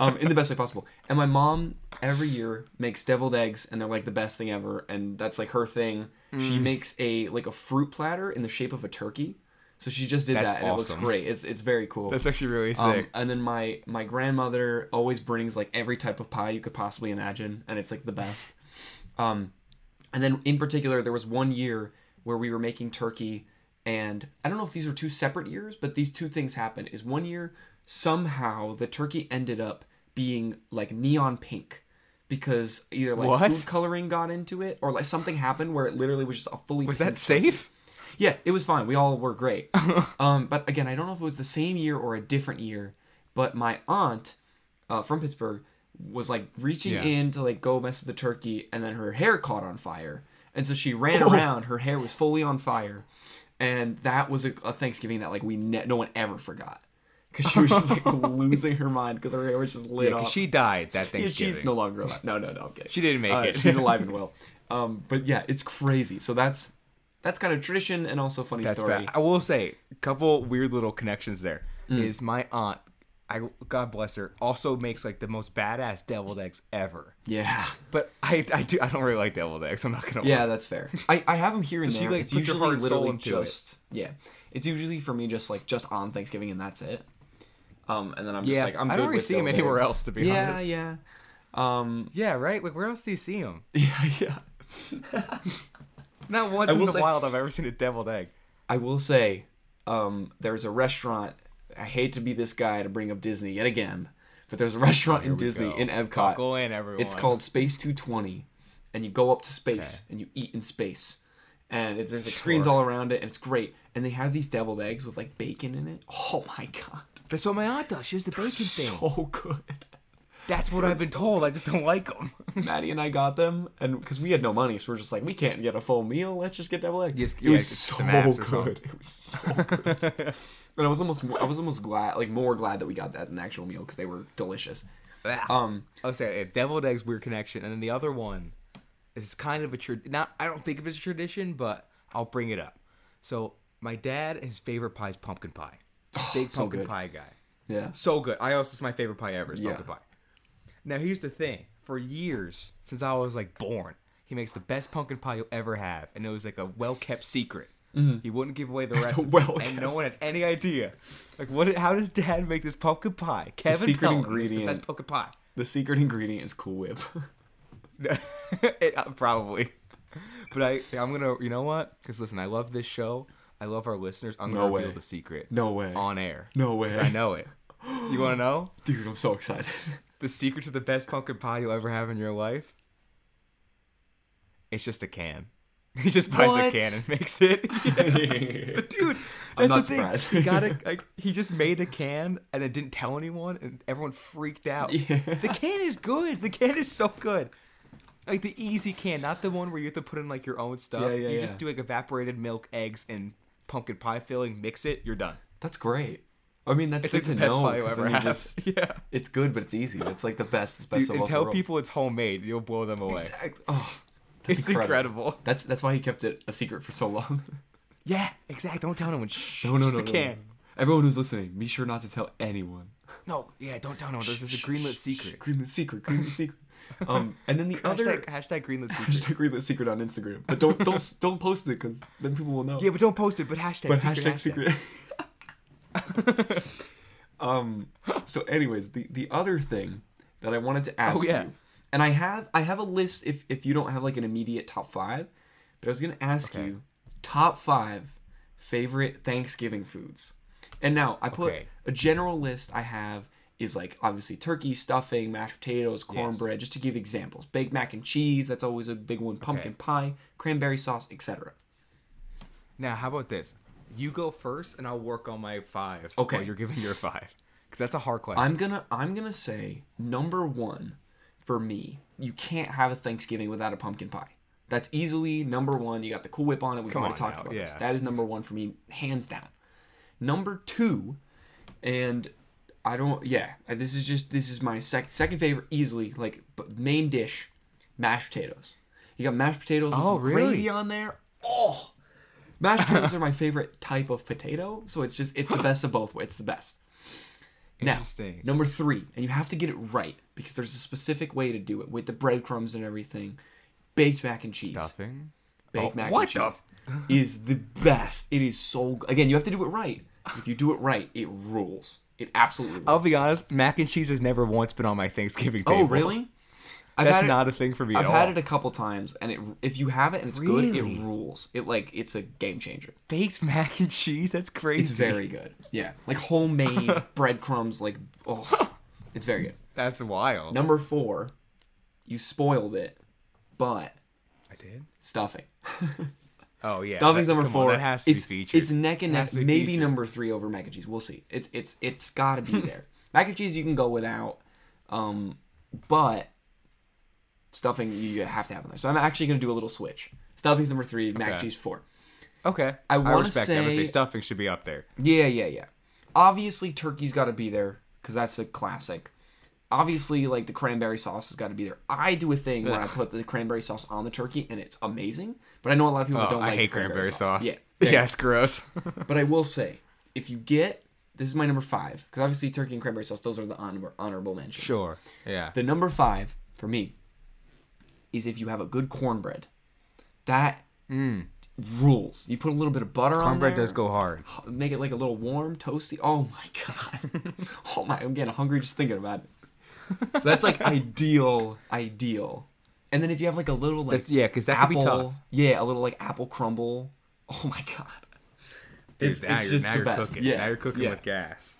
[SPEAKER 1] um, in the best way possible. And my mom every year makes deviled eggs, and they're like the best thing ever. And that's like her thing.
[SPEAKER 2] Mm.
[SPEAKER 1] She makes a like a fruit platter in the shape of a turkey. So she just did
[SPEAKER 2] That's
[SPEAKER 1] that, and it
[SPEAKER 2] awesome.
[SPEAKER 1] looks great. It's it's very cool.
[SPEAKER 2] That's actually really sick.
[SPEAKER 1] Um, and then my my grandmother always brings like every type of pie you could possibly imagine, and it's like the best. Um, and then in particular, there was one year where we were making turkey, and I don't know if these were two separate years, but these two things happened. Is one year somehow the turkey ended up being like neon pink because either like
[SPEAKER 2] What?
[SPEAKER 1] food coloring got into it or like something happened where it literally was just a fully
[SPEAKER 2] was
[SPEAKER 1] pink
[SPEAKER 2] that safe?
[SPEAKER 1] yeah, it was fine. We all were great. [LAUGHS] um, but again, I don't know if it was the same year or a different year. But my aunt uh, from Pittsburgh was like reaching
[SPEAKER 2] Yeah.
[SPEAKER 1] in to like go mess with the turkey, and then her hair caught on fire, and so she ran
[SPEAKER 2] Oh.
[SPEAKER 1] around. Her hair was fully on fire, and that was a, a Thanksgiving that like we ne- no one ever forgot because she was just
[SPEAKER 2] [LAUGHS]
[SPEAKER 1] like losing her mind because her hair was just lit
[SPEAKER 2] Yeah, 'cause
[SPEAKER 1] off.
[SPEAKER 2] she died that
[SPEAKER 1] Yeah,
[SPEAKER 2] Thanksgiving.
[SPEAKER 1] she's no longer alive. No, no, no. I'm kidding.
[SPEAKER 2] She didn't make
[SPEAKER 1] Uh,
[SPEAKER 2] it.
[SPEAKER 1] she's
[SPEAKER 2] [LAUGHS]
[SPEAKER 1] alive and well. Um, but yeah, it's crazy. So that's that's kind of tradition and also funny
[SPEAKER 2] That's
[SPEAKER 1] story. Mm.
[SPEAKER 2] fact. I will say a couple weird little connections there. Is my aunt, I God bless her, also makes like the most badass deviled eggs ever.
[SPEAKER 1] Yeah,
[SPEAKER 2] But I, I do I don't really like deviled eggs. I'm not gonna lie.
[SPEAKER 1] yeah, that's fair. I, I have them here and
[SPEAKER 2] So she,
[SPEAKER 1] there.
[SPEAKER 2] like,
[SPEAKER 1] it's
[SPEAKER 2] puts her
[SPEAKER 1] usually
[SPEAKER 2] heart and soul
[SPEAKER 1] literally
[SPEAKER 2] into it.
[SPEAKER 1] just yeah. It's usually for me just like just on Thanksgiving and that's it. Um, and then I'm just
[SPEAKER 2] Yeah,
[SPEAKER 1] like I'm.
[SPEAKER 2] I
[SPEAKER 1] good
[SPEAKER 2] don't really
[SPEAKER 1] with
[SPEAKER 2] see 'em
[SPEAKER 1] deviled
[SPEAKER 2] anywhere
[SPEAKER 1] eggs.
[SPEAKER 2] else, to be
[SPEAKER 1] yeah,
[SPEAKER 2] honest.
[SPEAKER 1] Yeah, [LAUGHS] yeah. Um,
[SPEAKER 2] Yeah, right. Like where else do you see
[SPEAKER 1] [LAUGHS]
[SPEAKER 2] them?
[SPEAKER 1] yeah, yeah.
[SPEAKER 2] Not once in
[SPEAKER 1] will
[SPEAKER 2] the
[SPEAKER 1] say-
[SPEAKER 2] wild I've ever seen a deviled egg.
[SPEAKER 1] I will say, um, there's a restaurant. I hate to be this guy to bring up Disney yet again, but there's a [LAUGHS] restaurant in
[SPEAKER 2] Here we
[SPEAKER 1] Disney
[SPEAKER 2] go.
[SPEAKER 1] in Epcot.
[SPEAKER 2] Buckle in, everyone.
[SPEAKER 1] It's called Space 220, and you go up to space and you eat in space, and it's, there's like screens
[SPEAKER 2] Sure.
[SPEAKER 1] all around it, and it's great. And they have these deviled eggs with like bacon in it. Oh my god,
[SPEAKER 2] That's what my aunt does. She does the bacon thing.
[SPEAKER 1] so good.
[SPEAKER 2] That's what I've been told. I just don't like [LAUGHS] them.
[SPEAKER 1] Maddie and I got them, and because we had no money, so we're just like, we can't get a full meal. Let's just get double egg.
[SPEAKER 2] Yes,
[SPEAKER 1] it
[SPEAKER 2] yeah,
[SPEAKER 1] was
[SPEAKER 2] it's
[SPEAKER 1] so
[SPEAKER 2] some apps or
[SPEAKER 1] good. It was so good.
[SPEAKER 2] [LAUGHS]
[SPEAKER 1] and I was almost, I was almost glad, like more glad that we got that than the actual meal because they were delicious. Um,
[SPEAKER 2] I'll say uh, deviled eggs, weird connection, and then the other one is kind of a tra- not. I don't think of it as a tradition, but I'll bring it up. So my dad, his favorite pie is pumpkin pie.
[SPEAKER 1] [GASPS]
[SPEAKER 2] Big
[SPEAKER 1] so
[SPEAKER 2] pumpkin
[SPEAKER 1] good.
[SPEAKER 2] pie guy,
[SPEAKER 1] yeah,
[SPEAKER 2] so good. I also it's my favorite pie ever is
[SPEAKER 1] Yeah.
[SPEAKER 2] pumpkin pie. Now here's the thing: for years since I was like born, he makes the best pumpkin pie you'll ever have, and it was like a well kept secret. He wouldn't
[SPEAKER 1] [LAUGHS]
[SPEAKER 2] give away the recipe,
[SPEAKER 1] Mm-hmm. well-kept
[SPEAKER 2] and no one had any idea. Like, what? How does Dad make this pumpkin pie? Kevin
[SPEAKER 1] secret
[SPEAKER 2] Pelton makes the
[SPEAKER 1] ingredient.
[SPEAKER 2] best pumpkin pie.
[SPEAKER 1] the secret ingredient is Cool Whip.
[SPEAKER 2] [LAUGHS] it, uh, probably. But I, I'm gonna, you know what? Because listen, I love this show. I love our listeners. I'm gonna
[SPEAKER 1] No
[SPEAKER 2] reveal
[SPEAKER 1] way.
[SPEAKER 2] the secret.
[SPEAKER 1] No way.
[SPEAKER 2] On air.
[SPEAKER 1] [LAUGHS] No way.
[SPEAKER 2] 'Cause I know it. You wanna know
[SPEAKER 1] Dude, I'm so
[SPEAKER 2] [LAUGHS]
[SPEAKER 1] excited. [LAUGHS]
[SPEAKER 2] the secret to the best pumpkin pie you'll ever have in your life? It's just a can. [LAUGHS] He just buys
[SPEAKER 1] What?
[SPEAKER 2] a can and [LAUGHS] makes it. But dude,
[SPEAKER 1] I'm
[SPEAKER 2] that's
[SPEAKER 1] not
[SPEAKER 2] the thing.
[SPEAKER 1] surprised.
[SPEAKER 2] He got [LAUGHS] a, like he just made a can and then didn't tell anyone, and everyone freaked out.
[SPEAKER 1] Yeah.
[SPEAKER 2] The can is good. The can is so good. Like the easy can, not the one where you have to put in like your own stuff.
[SPEAKER 1] Yeah, yeah,
[SPEAKER 2] you
[SPEAKER 1] yeah.
[SPEAKER 2] just do like evaporated milk, eggs, and pumpkin pie filling. Mix it. You're done.
[SPEAKER 1] That's great. I mean, that's
[SPEAKER 2] It's
[SPEAKER 1] good
[SPEAKER 2] like the
[SPEAKER 1] to
[SPEAKER 2] best
[SPEAKER 1] know.
[SPEAKER 2] pie you
[SPEAKER 1] 'cause
[SPEAKER 2] ever
[SPEAKER 1] then you
[SPEAKER 2] have.
[SPEAKER 1] just-
[SPEAKER 2] [LAUGHS] yeah.
[SPEAKER 1] it's good, but it's easy. It's like the best. It's best
[SPEAKER 2] Dude,
[SPEAKER 1] of
[SPEAKER 2] and
[SPEAKER 1] all the
[SPEAKER 2] tell
[SPEAKER 1] world.
[SPEAKER 2] people it's homemade. You'll blow them away.
[SPEAKER 1] Exact- Oh, that's
[SPEAKER 2] [LAUGHS] It's incredible.
[SPEAKER 1] That's that's why he kept it a secret for so long. [LAUGHS]
[SPEAKER 2] Yeah, exact. Don't tell anyone. Shh.
[SPEAKER 1] No, no,
[SPEAKER 2] just
[SPEAKER 1] no,
[SPEAKER 2] a
[SPEAKER 1] no,
[SPEAKER 2] can.
[SPEAKER 1] no. Everyone who's listening, be sure not to tell anyone.
[SPEAKER 2] No. yeah, don't tell anyone. This is a greenlit secret.
[SPEAKER 1] Greenlit secret, greenlit secret. Um, and then the other
[SPEAKER 2] [LAUGHS] Hashtag, hashtag
[SPEAKER 1] [LAUGHS]
[SPEAKER 2] greenlit secret.
[SPEAKER 1] hashtag greenlit secret on Instagram, but don't don't don't post it because then people will know.
[SPEAKER 2] Yeah, but don't post it. But hashtag.
[SPEAKER 1] but
[SPEAKER 2] secret,
[SPEAKER 1] hashtag secret. [LAUGHS] um. So, anyways, the the other thing that I wanted to ask
[SPEAKER 2] Oh, yeah.
[SPEAKER 1] you, and I have I have a list. If if you don't have like an immediate top five, but I was gonna ask
[SPEAKER 2] Okay.
[SPEAKER 1] you top five favorite Thanksgiving foods. And now I put
[SPEAKER 2] Okay.
[SPEAKER 1] a general list I have is like obviously turkey stuffing, mashed potatoes, cornbread, just to give examples. Baked mac and cheese, that's always a big one. Pumpkin pie, cranberry sauce, etc.
[SPEAKER 2] Now, how about this? You go first, and I'll work on my five.
[SPEAKER 1] Okay.
[SPEAKER 2] While you're giving your five, because that's a hard question.
[SPEAKER 1] I'm gonna I'm gonna say number one for me. You can't have a Thanksgiving without a pumpkin pie. That's easily number one. You got the Cool Whip on it. We've already
[SPEAKER 2] on
[SPEAKER 1] talked
[SPEAKER 2] now,
[SPEAKER 1] about this.
[SPEAKER 2] yeah.
[SPEAKER 1] That is number one for me, hands down. Number two, and I don't. Yeah, this is just this is my sec- second favorite easily. Like but main dish, mashed potatoes. You got mashed potatoes with
[SPEAKER 2] Oh,
[SPEAKER 1] some
[SPEAKER 2] really?
[SPEAKER 1] gravy on there. Oh, mashed
[SPEAKER 2] [LAUGHS]
[SPEAKER 1] potatoes are my favorite type of potato. So it's just it's the best of both ways. It's the best. Now,
[SPEAKER 2] Interesting.
[SPEAKER 1] number three, and you have to get it right because there's a specific way to do it with the breadcrumbs and everything. Baked mac and cheese.
[SPEAKER 2] stuffing.
[SPEAKER 1] Baked
[SPEAKER 2] Oh,
[SPEAKER 1] mac
[SPEAKER 2] what
[SPEAKER 1] and cheese is the best. It is so good. Again, you have to do it right. If you do it right, it rules. It absolutely rules.
[SPEAKER 2] I'll be honest. Mac and cheese has never once been on my Thanksgiving
[SPEAKER 1] Oh,
[SPEAKER 2] table.
[SPEAKER 1] really? I've
[SPEAKER 2] That's
[SPEAKER 1] had it-
[SPEAKER 2] not a thing for me
[SPEAKER 1] I've
[SPEAKER 2] at
[SPEAKER 1] had
[SPEAKER 2] all.
[SPEAKER 1] it a couple times, and it, if you have it and it's good, it
[SPEAKER 2] Really?
[SPEAKER 1] rules. It like it's a game changer.
[SPEAKER 2] Baked mac and cheese. That's crazy.
[SPEAKER 1] It's very good. Yeah, like
[SPEAKER 2] [LAUGHS]
[SPEAKER 1] homemade breadcrumbs. Like oh, it's very good.
[SPEAKER 2] That's wild.
[SPEAKER 1] Number four, you spoiled it, but
[SPEAKER 2] I did.
[SPEAKER 1] stuffing.
[SPEAKER 2] [LAUGHS] Oh yeah.
[SPEAKER 1] Stuffing's
[SPEAKER 2] that-
[SPEAKER 1] number
[SPEAKER 2] come on,
[SPEAKER 1] four.
[SPEAKER 2] that has to
[SPEAKER 1] it's,
[SPEAKER 2] be featured.
[SPEAKER 1] It's neck and
[SPEAKER 2] It
[SPEAKER 1] neck.
[SPEAKER 2] has to be
[SPEAKER 1] Maybe
[SPEAKER 2] featured.
[SPEAKER 1] number three over mac and cheese. We'll see. It's it's it's got to
[SPEAKER 2] [LAUGHS]
[SPEAKER 1] be there. mac and cheese you can go without, um, but stuffing you have to have in there. So I'm actually gonna do a little switch. Stuffing's number three. Mac and
[SPEAKER 2] Okay.
[SPEAKER 1] cheese four.
[SPEAKER 2] okay.
[SPEAKER 1] I wanna
[SPEAKER 2] respect. that. I would
[SPEAKER 1] say-
[SPEAKER 2] say stuffing should be up there.
[SPEAKER 1] Yeah, yeah, yeah. obviously turkey's got to be there because that's a classic. Obviously, like the cranberry sauce has got to be there. I do a thing where I put the cranberry sauce on the turkey and it's amazing. But I know a lot of people
[SPEAKER 2] Oh,
[SPEAKER 1] don't
[SPEAKER 2] I
[SPEAKER 1] like the
[SPEAKER 2] hate cranberry, sauce. [LAUGHS]
[SPEAKER 1] Yeah,
[SPEAKER 2] Yeah,
[SPEAKER 1] [LAUGHS]
[SPEAKER 2] it's gross.
[SPEAKER 1] but I will say, if you get this is my number five because obviously turkey and cranberry sauce those are the honor- honorable mentions.
[SPEAKER 2] sure. Yeah.
[SPEAKER 1] The number five for me is if you have a good cornbread. That rules. You put a little bit of butter on
[SPEAKER 2] Mm. Cornbread
[SPEAKER 1] there,
[SPEAKER 2] does go hard.
[SPEAKER 1] Make it like a little warm, toasty. Oh my [LAUGHS] god! oh my, I'm getting hungry just thinking about it. So that's
[SPEAKER 2] [LAUGHS]
[SPEAKER 1] like ideal, ideal. And then if you have like a little like
[SPEAKER 2] That's- yeah, 'cause that could be
[SPEAKER 1] apple,
[SPEAKER 2] tough.
[SPEAKER 1] yeah, a little like apple crumble. Oh my god!
[SPEAKER 2] Dude,
[SPEAKER 1] it's it's just the best.
[SPEAKER 2] cooking.
[SPEAKER 1] Yeah,
[SPEAKER 2] Now you're cooking
[SPEAKER 1] yeah.
[SPEAKER 2] with gas.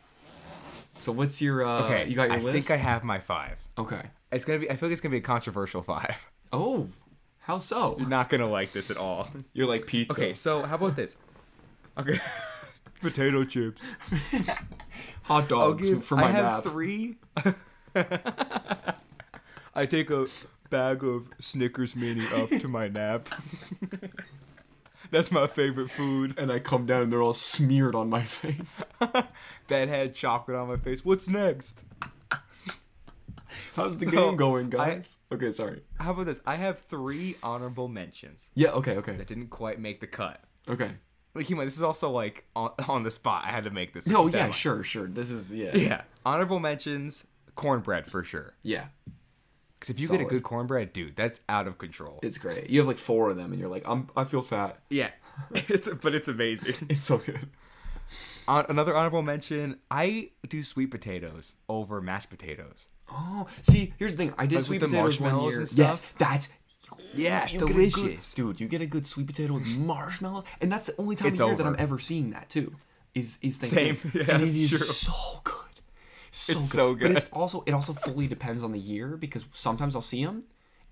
[SPEAKER 1] So what's your uh,
[SPEAKER 2] Okay,
[SPEAKER 1] You got your
[SPEAKER 2] I
[SPEAKER 1] list?
[SPEAKER 2] think I have my five.
[SPEAKER 1] okay.
[SPEAKER 2] It's gonna be. I feel like it's gonna be a controversial five. [LAUGHS]
[SPEAKER 1] Oh, how so?
[SPEAKER 2] You're not gonna like this at all.
[SPEAKER 1] You're like pizza.
[SPEAKER 2] Okay, so how about this? Okay, [LAUGHS] potato chips.
[SPEAKER 1] hot
[SPEAKER 2] I'll
[SPEAKER 1] dogs
[SPEAKER 2] give.
[SPEAKER 1] for my
[SPEAKER 2] I have
[SPEAKER 1] math.
[SPEAKER 2] three. [LAUGHS] I take a bag of Snickers mini up to my nap. [LAUGHS] That's my favorite food. [LAUGHS]
[SPEAKER 1] and I come down and they're all smeared on my [LAUGHS] face.
[SPEAKER 2] That had chocolate on my face. What's next?
[SPEAKER 1] How's the
[SPEAKER 2] So,
[SPEAKER 1] game going,
[SPEAKER 2] I-
[SPEAKER 1] guys? Okay, sorry.
[SPEAKER 2] How about this? I have three honorable mentions
[SPEAKER 1] Yeah, okay, okay.
[SPEAKER 2] that didn't quite make the cut.
[SPEAKER 1] Okay.
[SPEAKER 2] But keep in mind, this is also like on, on the spot. I had to make this.
[SPEAKER 1] No,
[SPEAKER 2] with that
[SPEAKER 1] Oh, yeah,
[SPEAKER 2] one.
[SPEAKER 1] sure, sure. This is yeah.
[SPEAKER 2] Yeah. Honorable mentions, cornbread for sure.
[SPEAKER 1] Yeah.
[SPEAKER 2] Because if you get
[SPEAKER 1] Solid.
[SPEAKER 2] a good cornbread, dude, that's out of control.
[SPEAKER 1] It's great. You have like four of them and you're like, I'm I feel fat. [LAUGHS]
[SPEAKER 2] yeah. [LAUGHS] it's but it's amazing.
[SPEAKER 1] It's so good.
[SPEAKER 2] [LAUGHS] On, another honorable mention, I do sweet potatoes over mashed potatoes.
[SPEAKER 1] Oh, see, here's the thing. I did
[SPEAKER 2] Like
[SPEAKER 1] sweet
[SPEAKER 2] with the
[SPEAKER 1] potatoes one
[SPEAKER 2] marshmallows
[SPEAKER 1] year.
[SPEAKER 2] and
[SPEAKER 1] Yes,
[SPEAKER 2] stuff?
[SPEAKER 1] that's
[SPEAKER 2] Yes,
[SPEAKER 1] you get a good-
[SPEAKER 2] delicious.
[SPEAKER 1] dude. You get a good sweet potato with marshmallow, and that's the only time
[SPEAKER 2] It's
[SPEAKER 1] of year that
[SPEAKER 2] over.
[SPEAKER 1] I'm ever seeing that too. Is is
[SPEAKER 2] Same. [LAUGHS]
[SPEAKER 1] Thanksgiving?
[SPEAKER 2] Yeah,
[SPEAKER 1] and it
[SPEAKER 2] that's
[SPEAKER 1] is
[SPEAKER 2] true.
[SPEAKER 1] so good. So
[SPEAKER 2] It's
[SPEAKER 1] good.
[SPEAKER 2] so
[SPEAKER 1] But it's
[SPEAKER 2] good.
[SPEAKER 1] also it also fully depends on the year because sometimes I'll see them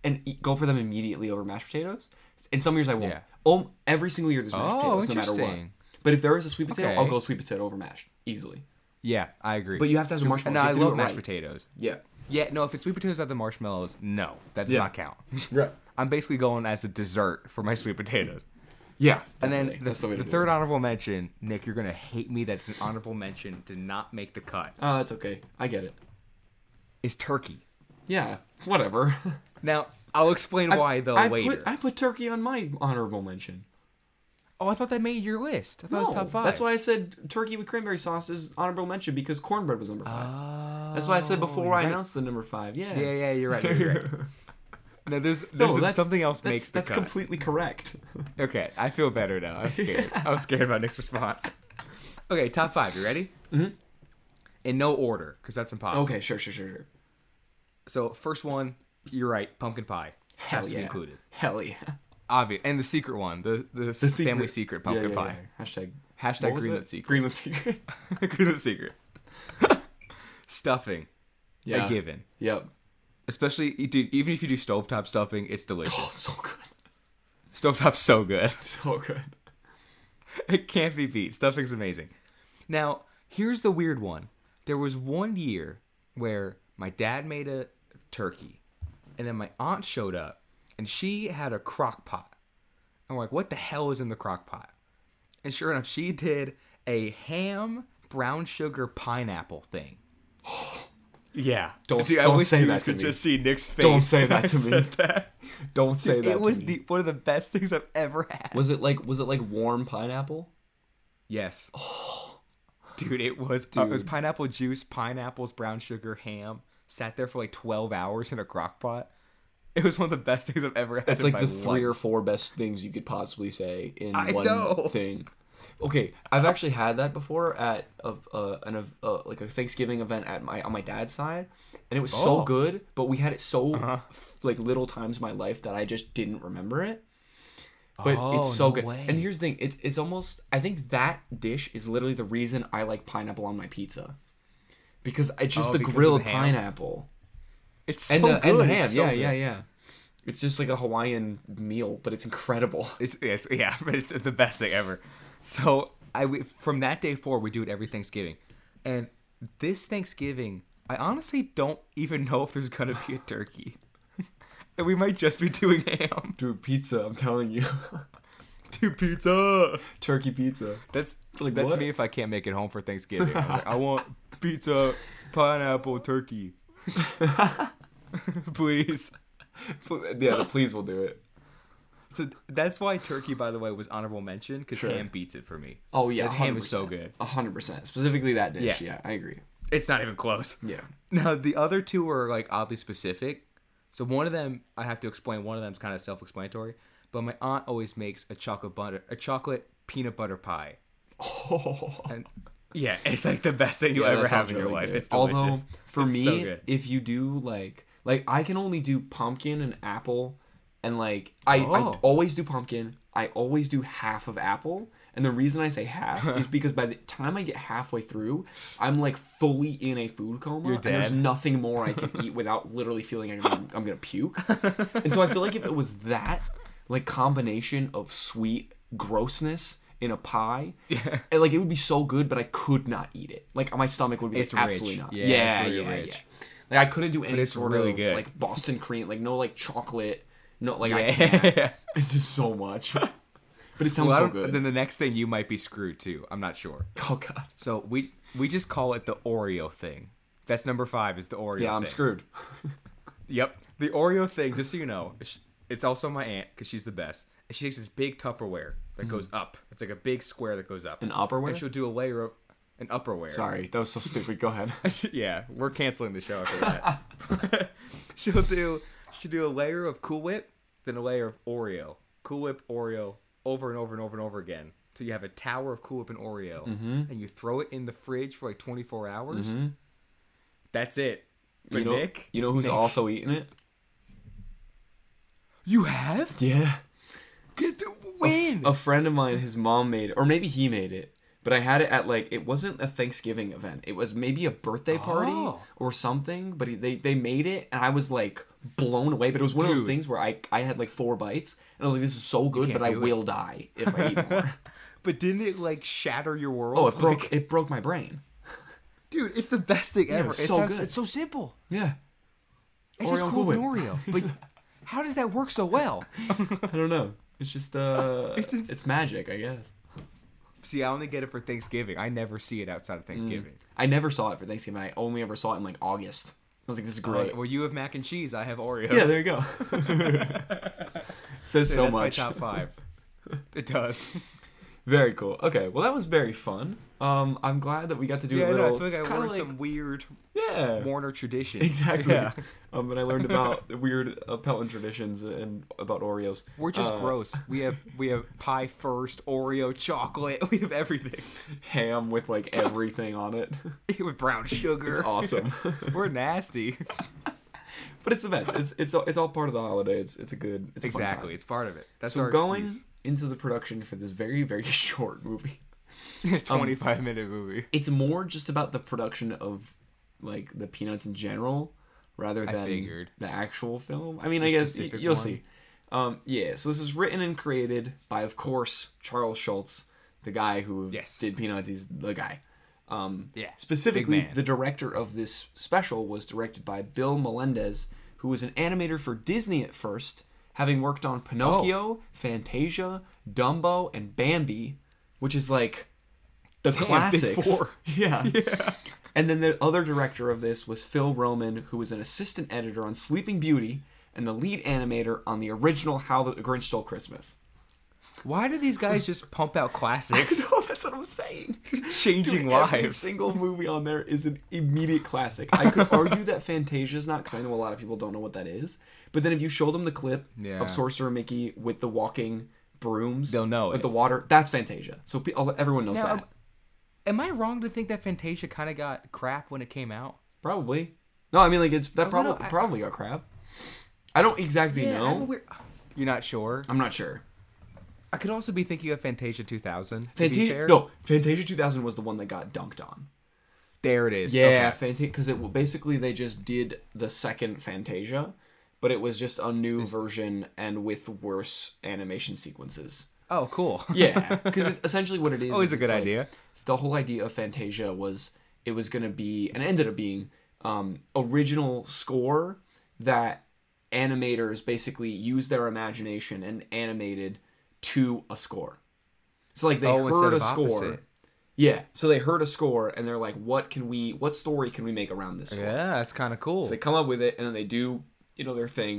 [SPEAKER 1] and eat, go for them immediately over mashed potatoes, and some years I won't.
[SPEAKER 2] Yeah.
[SPEAKER 1] Oh, every single year there's mashed
[SPEAKER 2] Oh,
[SPEAKER 1] potatoes, no matter what.
[SPEAKER 2] interesting.
[SPEAKER 1] But if there is a sweet potato, I'll
[SPEAKER 2] Okay.
[SPEAKER 1] go sweet potato over mashed easily.
[SPEAKER 2] Yeah, I agree.
[SPEAKER 1] But you have to have the marshmallows.
[SPEAKER 2] No,
[SPEAKER 1] You
[SPEAKER 2] I
[SPEAKER 1] have to do
[SPEAKER 2] love
[SPEAKER 1] it
[SPEAKER 2] mashed
[SPEAKER 1] right.
[SPEAKER 2] potatoes.
[SPEAKER 1] Yeah.
[SPEAKER 2] Yeah, no, if it's sweet potatoes without the marshmallows, no, that does
[SPEAKER 1] Yeah.
[SPEAKER 2] not count.
[SPEAKER 1] Right.
[SPEAKER 2] I'm basically going as a dessert for my sweet potatoes.
[SPEAKER 1] Yeah.
[SPEAKER 2] And then
[SPEAKER 1] definitely.
[SPEAKER 2] the,
[SPEAKER 1] That's way
[SPEAKER 2] the
[SPEAKER 1] to do it.
[SPEAKER 2] third honorable mention, Nick, you're gonna hate me. That's an honorable mention to not make the cut.
[SPEAKER 1] Uh, it's okay. I get it.
[SPEAKER 2] Is turkey.
[SPEAKER 1] Yeah. Whatever.
[SPEAKER 2] Now I'll explain [LAUGHS] why though
[SPEAKER 1] I
[SPEAKER 2] later.
[SPEAKER 1] Put, I put turkey on my honorable mention.
[SPEAKER 2] oh, I thought that made your list. I thought it was
[SPEAKER 1] No,
[SPEAKER 2] top five.
[SPEAKER 1] That's why I said turkey with cranberry sauce is honorable mention because cornbread was number five.
[SPEAKER 2] Oh,
[SPEAKER 1] that's why I said before
[SPEAKER 2] you're
[SPEAKER 1] I
[SPEAKER 2] right.
[SPEAKER 1] announced the number five. Yeah. [LAUGHS]
[SPEAKER 2] Yeah, yeah, you're right. You're right. no, there's,
[SPEAKER 1] No,
[SPEAKER 2] there's
[SPEAKER 1] that's-
[SPEAKER 2] something else
[SPEAKER 1] that's,
[SPEAKER 2] makes the
[SPEAKER 1] that's
[SPEAKER 2] cut.
[SPEAKER 1] completely correct. [LAUGHS]
[SPEAKER 2] okay, I feel better now. I'm scared. I was scared about Nick's response. Okay, top five. You ready? Mm-hmm. In no order, because that's impossible.
[SPEAKER 1] okay, sure, sure, sure, sure.
[SPEAKER 2] So first one, you're right. Pumpkin pie
[SPEAKER 1] Hell
[SPEAKER 2] has to
[SPEAKER 1] yeah.
[SPEAKER 2] be included.
[SPEAKER 1] Hell yeah.
[SPEAKER 2] Obvious. And the secret one, the the, [LAUGHS] family secret
[SPEAKER 1] Yeah,
[SPEAKER 2] pumpkin
[SPEAKER 1] yeah,
[SPEAKER 2] pie.
[SPEAKER 1] yeah. Hashtag
[SPEAKER 2] Hashtag
[SPEAKER 1] what was
[SPEAKER 2] Greenlit
[SPEAKER 1] it?
[SPEAKER 2] Secret. [LAUGHS]
[SPEAKER 1] Greenlit secret.
[SPEAKER 2] Greenlit secret. [LAUGHS] stuffing,
[SPEAKER 1] [LAUGHS] yeah.
[SPEAKER 2] a given.
[SPEAKER 1] Yep. [LAUGHS]
[SPEAKER 2] Especially, dude. Even if you do stovetop stuffing, it's delicious.
[SPEAKER 1] Oh, so good.
[SPEAKER 2] Stovetop's so good.
[SPEAKER 1] So good.
[SPEAKER 2] [LAUGHS] it can't be beat. Stuffing's amazing. Now, here's the weird one. There was one year where my dad made a turkey, and then my aunt showed up, and she had a crock pot. And we're like, what the hell is in the crock pot? And sure enough, she did a ham brown sugar pineapple thing. [GASPS] yeah.
[SPEAKER 1] Don't-
[SPEAKER 2] Dude, I
[SPEAKER 1] don't
[SPEAKER 2] wish
[SPEAKER 1] say
[SPEAKER 2] you
[SPEAKER 1] that to
[SPEAKER 2] could
[SPEAKER 1] me.
[SPEAKER 2] just see Nick's face.
[SPEAKER 1] Don't say
[SPEAKER 2] when
[SPEAKER 1] that
[SPEAKER 2] I
[SPEAKER 1] to me.
[SPEAKER 2] said that.
[SPEAKER 1] Don't say that.
[SPEAKER 2] It was
[SPEAKER 1] to me.
[SPEAKER 2] the, one of the best things I've ever had.
[SPEAKER 1] Was it like was it like warm pineapple? [GASPS]
[SPEAKER 2] Yes. Dude, it was uh, it was pineapple juice, pineapples, brown sugar, ham. Sat there for like twelve hours in a crock pot. It was one of the best things I've ever had.
[SPEAKER 1] It's like the three or four best things you could possibly say in
[SPEAKER 2] I
[SPEAKER 1] one
[SPEAKER 2] know.
[SPEAKER 1] thing. Okay, I've actually had that before at of uh, an of uh, like a Thanksgiving event at my on my dad's side, and it was so
[SPEAKER 2] Oh. Uh-huh.
[SPEAKER 1] good. But we had it so f- like little times in my life that I just didn't remember it. But
[SPEAKER 2] Oh,
[SPEAKER 1] it's so
[SPEAKER 2] no
[SPEAKER 1] good.
[SPEAKER 2] way.
[SPEAKER 1] And here's the thing: it's it's almost I think that dish is literally the reason I like pineapple on my pizza, because it's just
[SPEAKER 2] Oh,
[SPEAKER 1] the
[SPEAKER 2] because of
[SPEAKER 1] grilled
[SPEAKER 2] the ham?
[SPEAKER 1] pineapple
[SPEAKER 2] It's so
[SPEAKER 1] and the
[SPEAKER 2] good.
[SPEAKER 1] and the
[SPEAKER 2] it's
[SPEAKER 1] ham.
[SPEAKER 2] so
[SPEAKER 1] yeah, yeah,
[SPEAKER 2] good.
[SPEAKER 1] yeah. It's just like a Hawaiian meal, but it's incredible. [LAUGHS]
[SPEAKER 2] It's, it's yeah, but it's the best thing ever. So I we- from that day forward, we do it every Thanksgiving, and this Thanksgiving, I honestly don't even know if there's gonna be a [LAUGHS] turkey. and we might just be doing [LAUGHS] ham. [LAUGHS]
[SPEAKER 1] Dude, pizza, I'm telling you.
[SPEAKER 2] Dude, pizza.
[SPEAKER 1] turkey pizza.
[SPEAKER 2] That's
[SPEAKER 1] Like,
[SPEAKER 2] that's
[SPEAKER 1] what?
[SPEAKER 2] me if I can't make it home for Thanksgiving. I, was like, I
[SPEAKER 1] [LAUGHS]
[SPEAKER 2] want pizza, pineapple, turkey. [LAUGHS] Please.
[SPEAKER 1] yeah, the please will do it.
[SPEAKER 2] So that's why turkey, by the way, was honorable mention because
[SPEAKER 1] Sure.
[SPEAKER 2] ham beats it for me.
[SPEAKER 1] Oh yeah,
[SPEAKER 2] that ham is so good.
[SPEAKER 1] hundred percent. Specifically that dish. Yeah.
[SPEAKER 2] Yeah.
[SPEAKER 1] I agree.
[SPEAKER 2] It's not even close.
[SPEAKER 1] Yeah.
[SPEAKER 2] Now the other two are like oddly specific. So one of them I have to explain. One of them's kind of self-explanatory. But my aunt always makes a chocolate butter, a chocolate peanut
[SPEAKER 1] [LAUGHS]
[SPEAKER 2] butter pie,
[SPEAKER 1] Oh.
[SPEAKER 2] and yeah, it's like the best thing you
[SPEAKER 1] Yeah, that
[SPEAKER 2] ever have
[SPEAKER 1] sounds
[SPEAKER 2] in your
[SPEAKER 1] really
[SPEAKER 2] life.
[SPEAKER 1] good.
[SPEAKER 2] It's delicious.
[SPEAKER 1] Although for
[SPEAKER 2] It's
[SPEAKER 1] me,
[SPEAKER 2] so good.
[SPEAKER 1] if you do like like I can only do pumpkin and apple and like I, I
[SPEAKER 2] Oh.
[SPEAKER 1] always do pumpkin, I always do half of apple. And the reason I say
[SPEAKER 2] [LAUGHS]
[SPEAKER 1] half is because by the time I get halfway through, I'm like fully in a food coma. and there's
[SPEAKER 2] dead.
[SPEAKER 1] nothing more I can
[SPEAKER 2] [LAUGHS]
[SPEAKER 1] eat without literally feeling I'm gonna, I'm gonna puke. And so I feel like if it was that like combination of sweet grossness in a pie,
[SPEAKER 2] Yeah.
[SPEAKER 1] and, like it would be so good, but I could not eat it. Like my stomach would be
[SPEAKER 2] It's
[SPEAKER 1] like, absolutely
[SPEAKER 2] rich.
[SPEAKER 1] not. Yeah,
[SPEAKER 2] Yeah, it's
[SPEAKER 1] yeah,
[SPEAKER 2] really
[SPEAKER 1] yeah,
[SPEAKER 2] rich.
[SPEAKER 1] Like I couldn't do any
[SPEAKER 2] it's
[SPEAKER 1] sort
[SPEAKER 2] really
[SPEAKER 1] of
[SPEAKER 2] good.
[SPEAKER 1] like Boston cream, like no like chocolate, no like I can't.
[SPEAKER 2] [LAUGHS] Yeah.
[SPEAKER 1] It's just so
[SPEAKER 2] [LAUGHS]
[SPEAKER 1] much. but it sounds
[SPEAKER 2] Well, I
[SPEAKER 1] so
[SPEAKER 2] don't-
[SPEAKER 1] good.
[SPEAKER 2] Then the next thing you might be screwed too. I'm not sure.
[SPEAKER 1] oh god.
[SPEAKER 2] So we we just call it the Oreo thing. That's number five is the Oreo.
[SPEAKER 1] Yeah, I'm
[SPEAKER 2] thing.
[SPEAKER 1] screwed.
[SPEAKER 2] Yep. The Oreo thing, just so you know, sh- it's also my aunt because she's the best. And she takes this big Tupperware that goes up. It's like a big square that goes up.
[SPEAKER 1] Hmm. An upperware?
[SPEAKER 2] And she'll do a layer of an upperware.
[SPEAKER 1] Sorry, that was so stupid. Go ahead.
[SPEAKER 2] [LAUGHS] yeah, we're canceling the show after that. [LAUGHS] she'll do she'll do a layer of Cool Whip, then a layer of Oreo. Cool Whip, Oreo, over and over and over and over again. So you have a tower of Cool Whip and Oreo,
[SPEAKER 1] Mm-hmm.
[SPEAKER 2] and you throw it in the fridge for like 24 hours. That's it. But
[SPEAKER 1] you know,
[SPEAKER 2] Nick,
[SPEAKER 1] you know who's also eating it?
[SPEAKER 2] you have
[SPEAKER 1] Yeah.
[SPEAKER 2] Get the win.
[SPEAKER 1] a friend of mine his mom made or maybe he made it but i had it at like it wasn't a thanksgiving event it was maybe a birthday party
[SPEAKER 2] Oh.
[SPEAKER 1] or something but he, they they made it and i was like blown away but it was one of those
[SPEAKER 2] Dude.
[SPEAKER 1] things where i i had like four bites and i was like this is so good but
[SPEAKER 2] can't
[SPEAKER 1] i
[SPEAKER 2] do it.
[SPEAKER 1] will die if i
[SPEAKER 2] [LAUGHS]
[SPEAKER 1] eat more
[SPEAKER 2] but didn't it like shatter your world?
[SPEAKER 1] oh it broke
[SPEAKER 2] Like,
[SPEAKER 1] it broke my brain
[SPEAKER 2] dude. It's the best thing ever.
[SPEAKER 1] it's
[SPEAKER 2] It
[SPEAKER 1] so
[SPEAKER 2] sounds-
[SPEAKER 1] good.
[SPEAKER 2] It's so simple.
[SPEAKER 1] yeah
[SPEAKER 2] It's
[SPEAKER 1] Oreo
[SPEAKER 2] just
[SPEAKER 1] and
[SPEAKER 2] cool with
[SPEAKER 1] Cool
[SPEAKER 2] Oreo. But
[SPEAKER 1] [LAUGHS]
[SPEAKER 2] how does that work so well?
[SPEAKER 1] i don't know it's just uh it's,
[SPEAKER 2] [LAUGHS] It's ins-
[SPEAKER 1] magic i guess
[SPEAKER 2] see, I only get it for Thanksgiving. I never see it outside of
[SPEAKER 1] Mm,
[SPEAKER 2] Thanksgiving.
[SPEAKER 1] i never saw it for thanksgiving i only ever saw it in like august i was like this is great
[SPEAKER 2] Right. Well, you have mac and cheese. I have Oreos. [LAUGHS]
[SPEAKER 1] yeah there you go says so
[SPEAKER 2] that's
[SPEAKER 1] much
[SPEAKER 2] My top five.
[SPEAKER 1] [LAUGHS]
[SPEAKER 2] it does.
[SPEAKER 1] Very cool. Okay, well that was very fun. Um, I'm glad that we got to do a little.
[SPEAKER 2] I feel
[SPEAKER 1] it's
[SPEAKER 2] like I
[SPEAKER 1] kinda
[SPEAKER 2] learned some weird
[SPEAKER 1] yeah,
[SPEAKER 2] Warner tradition.
[SPEAKER 1] [LAUGHS] exactly.
[SPEAKER 2] Yeah.
[SPEAKER 1] Um, and I learned about the weird uh, Pelton traditions and about Oreos.
[SPEAKER 2] We're just
[SPEAKER 1] Uh,
[SPEAKER 2] gross. We have we have pie first, Oreo, chocolate. [LAUGHS] We have everything
[SPEAKER 1] ham with like everything on it. [LAUGHS]
[SPEAKER 2] with brown sugar. [LAUGHS]
[SPEAKER 1] It's [LAUGHS] awesome, [LAUGHS]
[SPEAKER 2] We're nasty.
[SPEAKER 1] but it's the best. It's it's all, it's all part of the holiday. It's it's a good. It's a fun
[SPEAKER 2] Exactly,
[SPEAKER 1] time.
[SPEAKER 2] it's part of it. That's
[SPEAKER 1] So
[SPEAKER 2] our
[SPEAKER 1] going
[SPEAKER 2] excuse. [LAUGHS]
[SPEAKER 1] into the production for this very very [LAUGHS] short movie.
[SPEAKER 2] It's
[SPEAKER 1] um,
[SPEAKER 2] twenty five minute movie.
[SPEAKER 1] it's more just about the production of like the peanuts in general rather than
[SPEAKER 2] figured.
[SPEAKER 1] the actual film i mean i guess y-
[SPEAKER 2] specific
[SPEAKER 1] you'll
[SPEAKER 2] one.
[SPEAKER 1] see um, yeah so this is written and created by of course charles schultz the guy who
[SPEAKER 2] Yes.
[SPEAKER 1] did peanuts he's the guy um,
[SPEAKER 2] Yeah, big
[SPEAKER 1] specifically
[SPEAKER 2] man.
[SPEAKER 1] the director of this special was directed by bill melendez who was an animator for disney at first having worked
[SPEAKER 2] Oh.
[SPEAKER 1] on pinocchio fantasia dumbo and bambi which is like the classics
[SPEAKER 2] [LAUGHS] four.
[SPEAKER 1] yeah. And then the other director of this was Phil Roman, who was an assistant editor on Sleeping Beauty and the lead animator on the original How the Grinch Stole Christmas. [LAUGHS]
[SPEAKER 2] Why do these guys just pump
[SPEAKER 1] [LAUGHS]
[SPEAKER 2] out classics,
[SPEAKER 1] So that's what I'm saying.
[SPEAKER 2] [LAUGHS] changing
[SPEAKER 1] Dude, Every
[SPEAKER 2] lives?
[SPEAKER 1] single movie on there is an immediate classic. I
[SPEAKER 2] [LAUGHS]
[SPEAKER 1] could argue that Fantasia's not, because I know a lot of people don't know what that is. But then if you show them the clip
[SPEAKER 2] Yeah.
[SPEAKER 1] of Sorcerer Mickey with the walking brooms,
[SPEAKER 2] They'll know
[SPEAKER 1] with
[SPEAKER 2] it.
[SPEAKER 1] the water. That's Fantasia. So pe- everyone knows
[SPEAKER 2] Now,
[SPEAKER 1] that.
[SPEAKER 2] um, Am I wrong to think that Fantasia kind of got crap when it came out?
[SPEAKER 1] Probably. Oh, No, I mean like it's that
[SPEAKER 2] don't
[SPEAKER 1] probably
[SPEAKER 2] know, I-
[SPEAKER 1] probably got crap. I don't exactly know.
[SPEAKER 2] uh, You're not sure.
[SPEAKER 1] I'm not sure.
[SPEAKER 2] I could also be thinking of Fantasia 2000. to be
[SPEAKER 1] Fantasia
[SPEAKER 2] fair.
[SPEAKER 1] No, Fantasia 2000 was the one that got dunked on.
[SPEAKER 2] there it is.
[SPEAKER 1] Yeah,
[SPEAKER 2] Okay.
[SPEAKER 1] Fantasia cuz it basically they just did the second Fantasia, but it was just a new version and with worse animation sequences.
[SPEAKER 2] Oh,
[SPEAKER 1] [LAUGHS]
[SPEAKER 2] cool. [LAUGHS]
[SPEAKER 1] Yeah, cuz it's essentially what it is.
[SPEAKER 2] Always
[SPEAKER 1] is
[SPEAKER 2] a good
[SPEAKER 1] it's like-
[SPEAKER 2] idea.
[SPEAKER 1] the whole idea of Fantasia was it was going to be and it ended up being um, original score that animators basically used their imagination and animated to a score. So like they
[SPEAKER 2] Oh, instead
[SPEAKER 1] heard a
[SPEAKER 2] of
[SPEAKER 1] score.
[SPEAKER 2] opposite.
[SPEAKER 1] Yeah. So they heard a score and they're like, what can we what story can we make around this score?
[SPEAKER 2] Yeah, that's kind of cool.
[SPEAKER 1] So they come up with it and then they do, you know, their thing.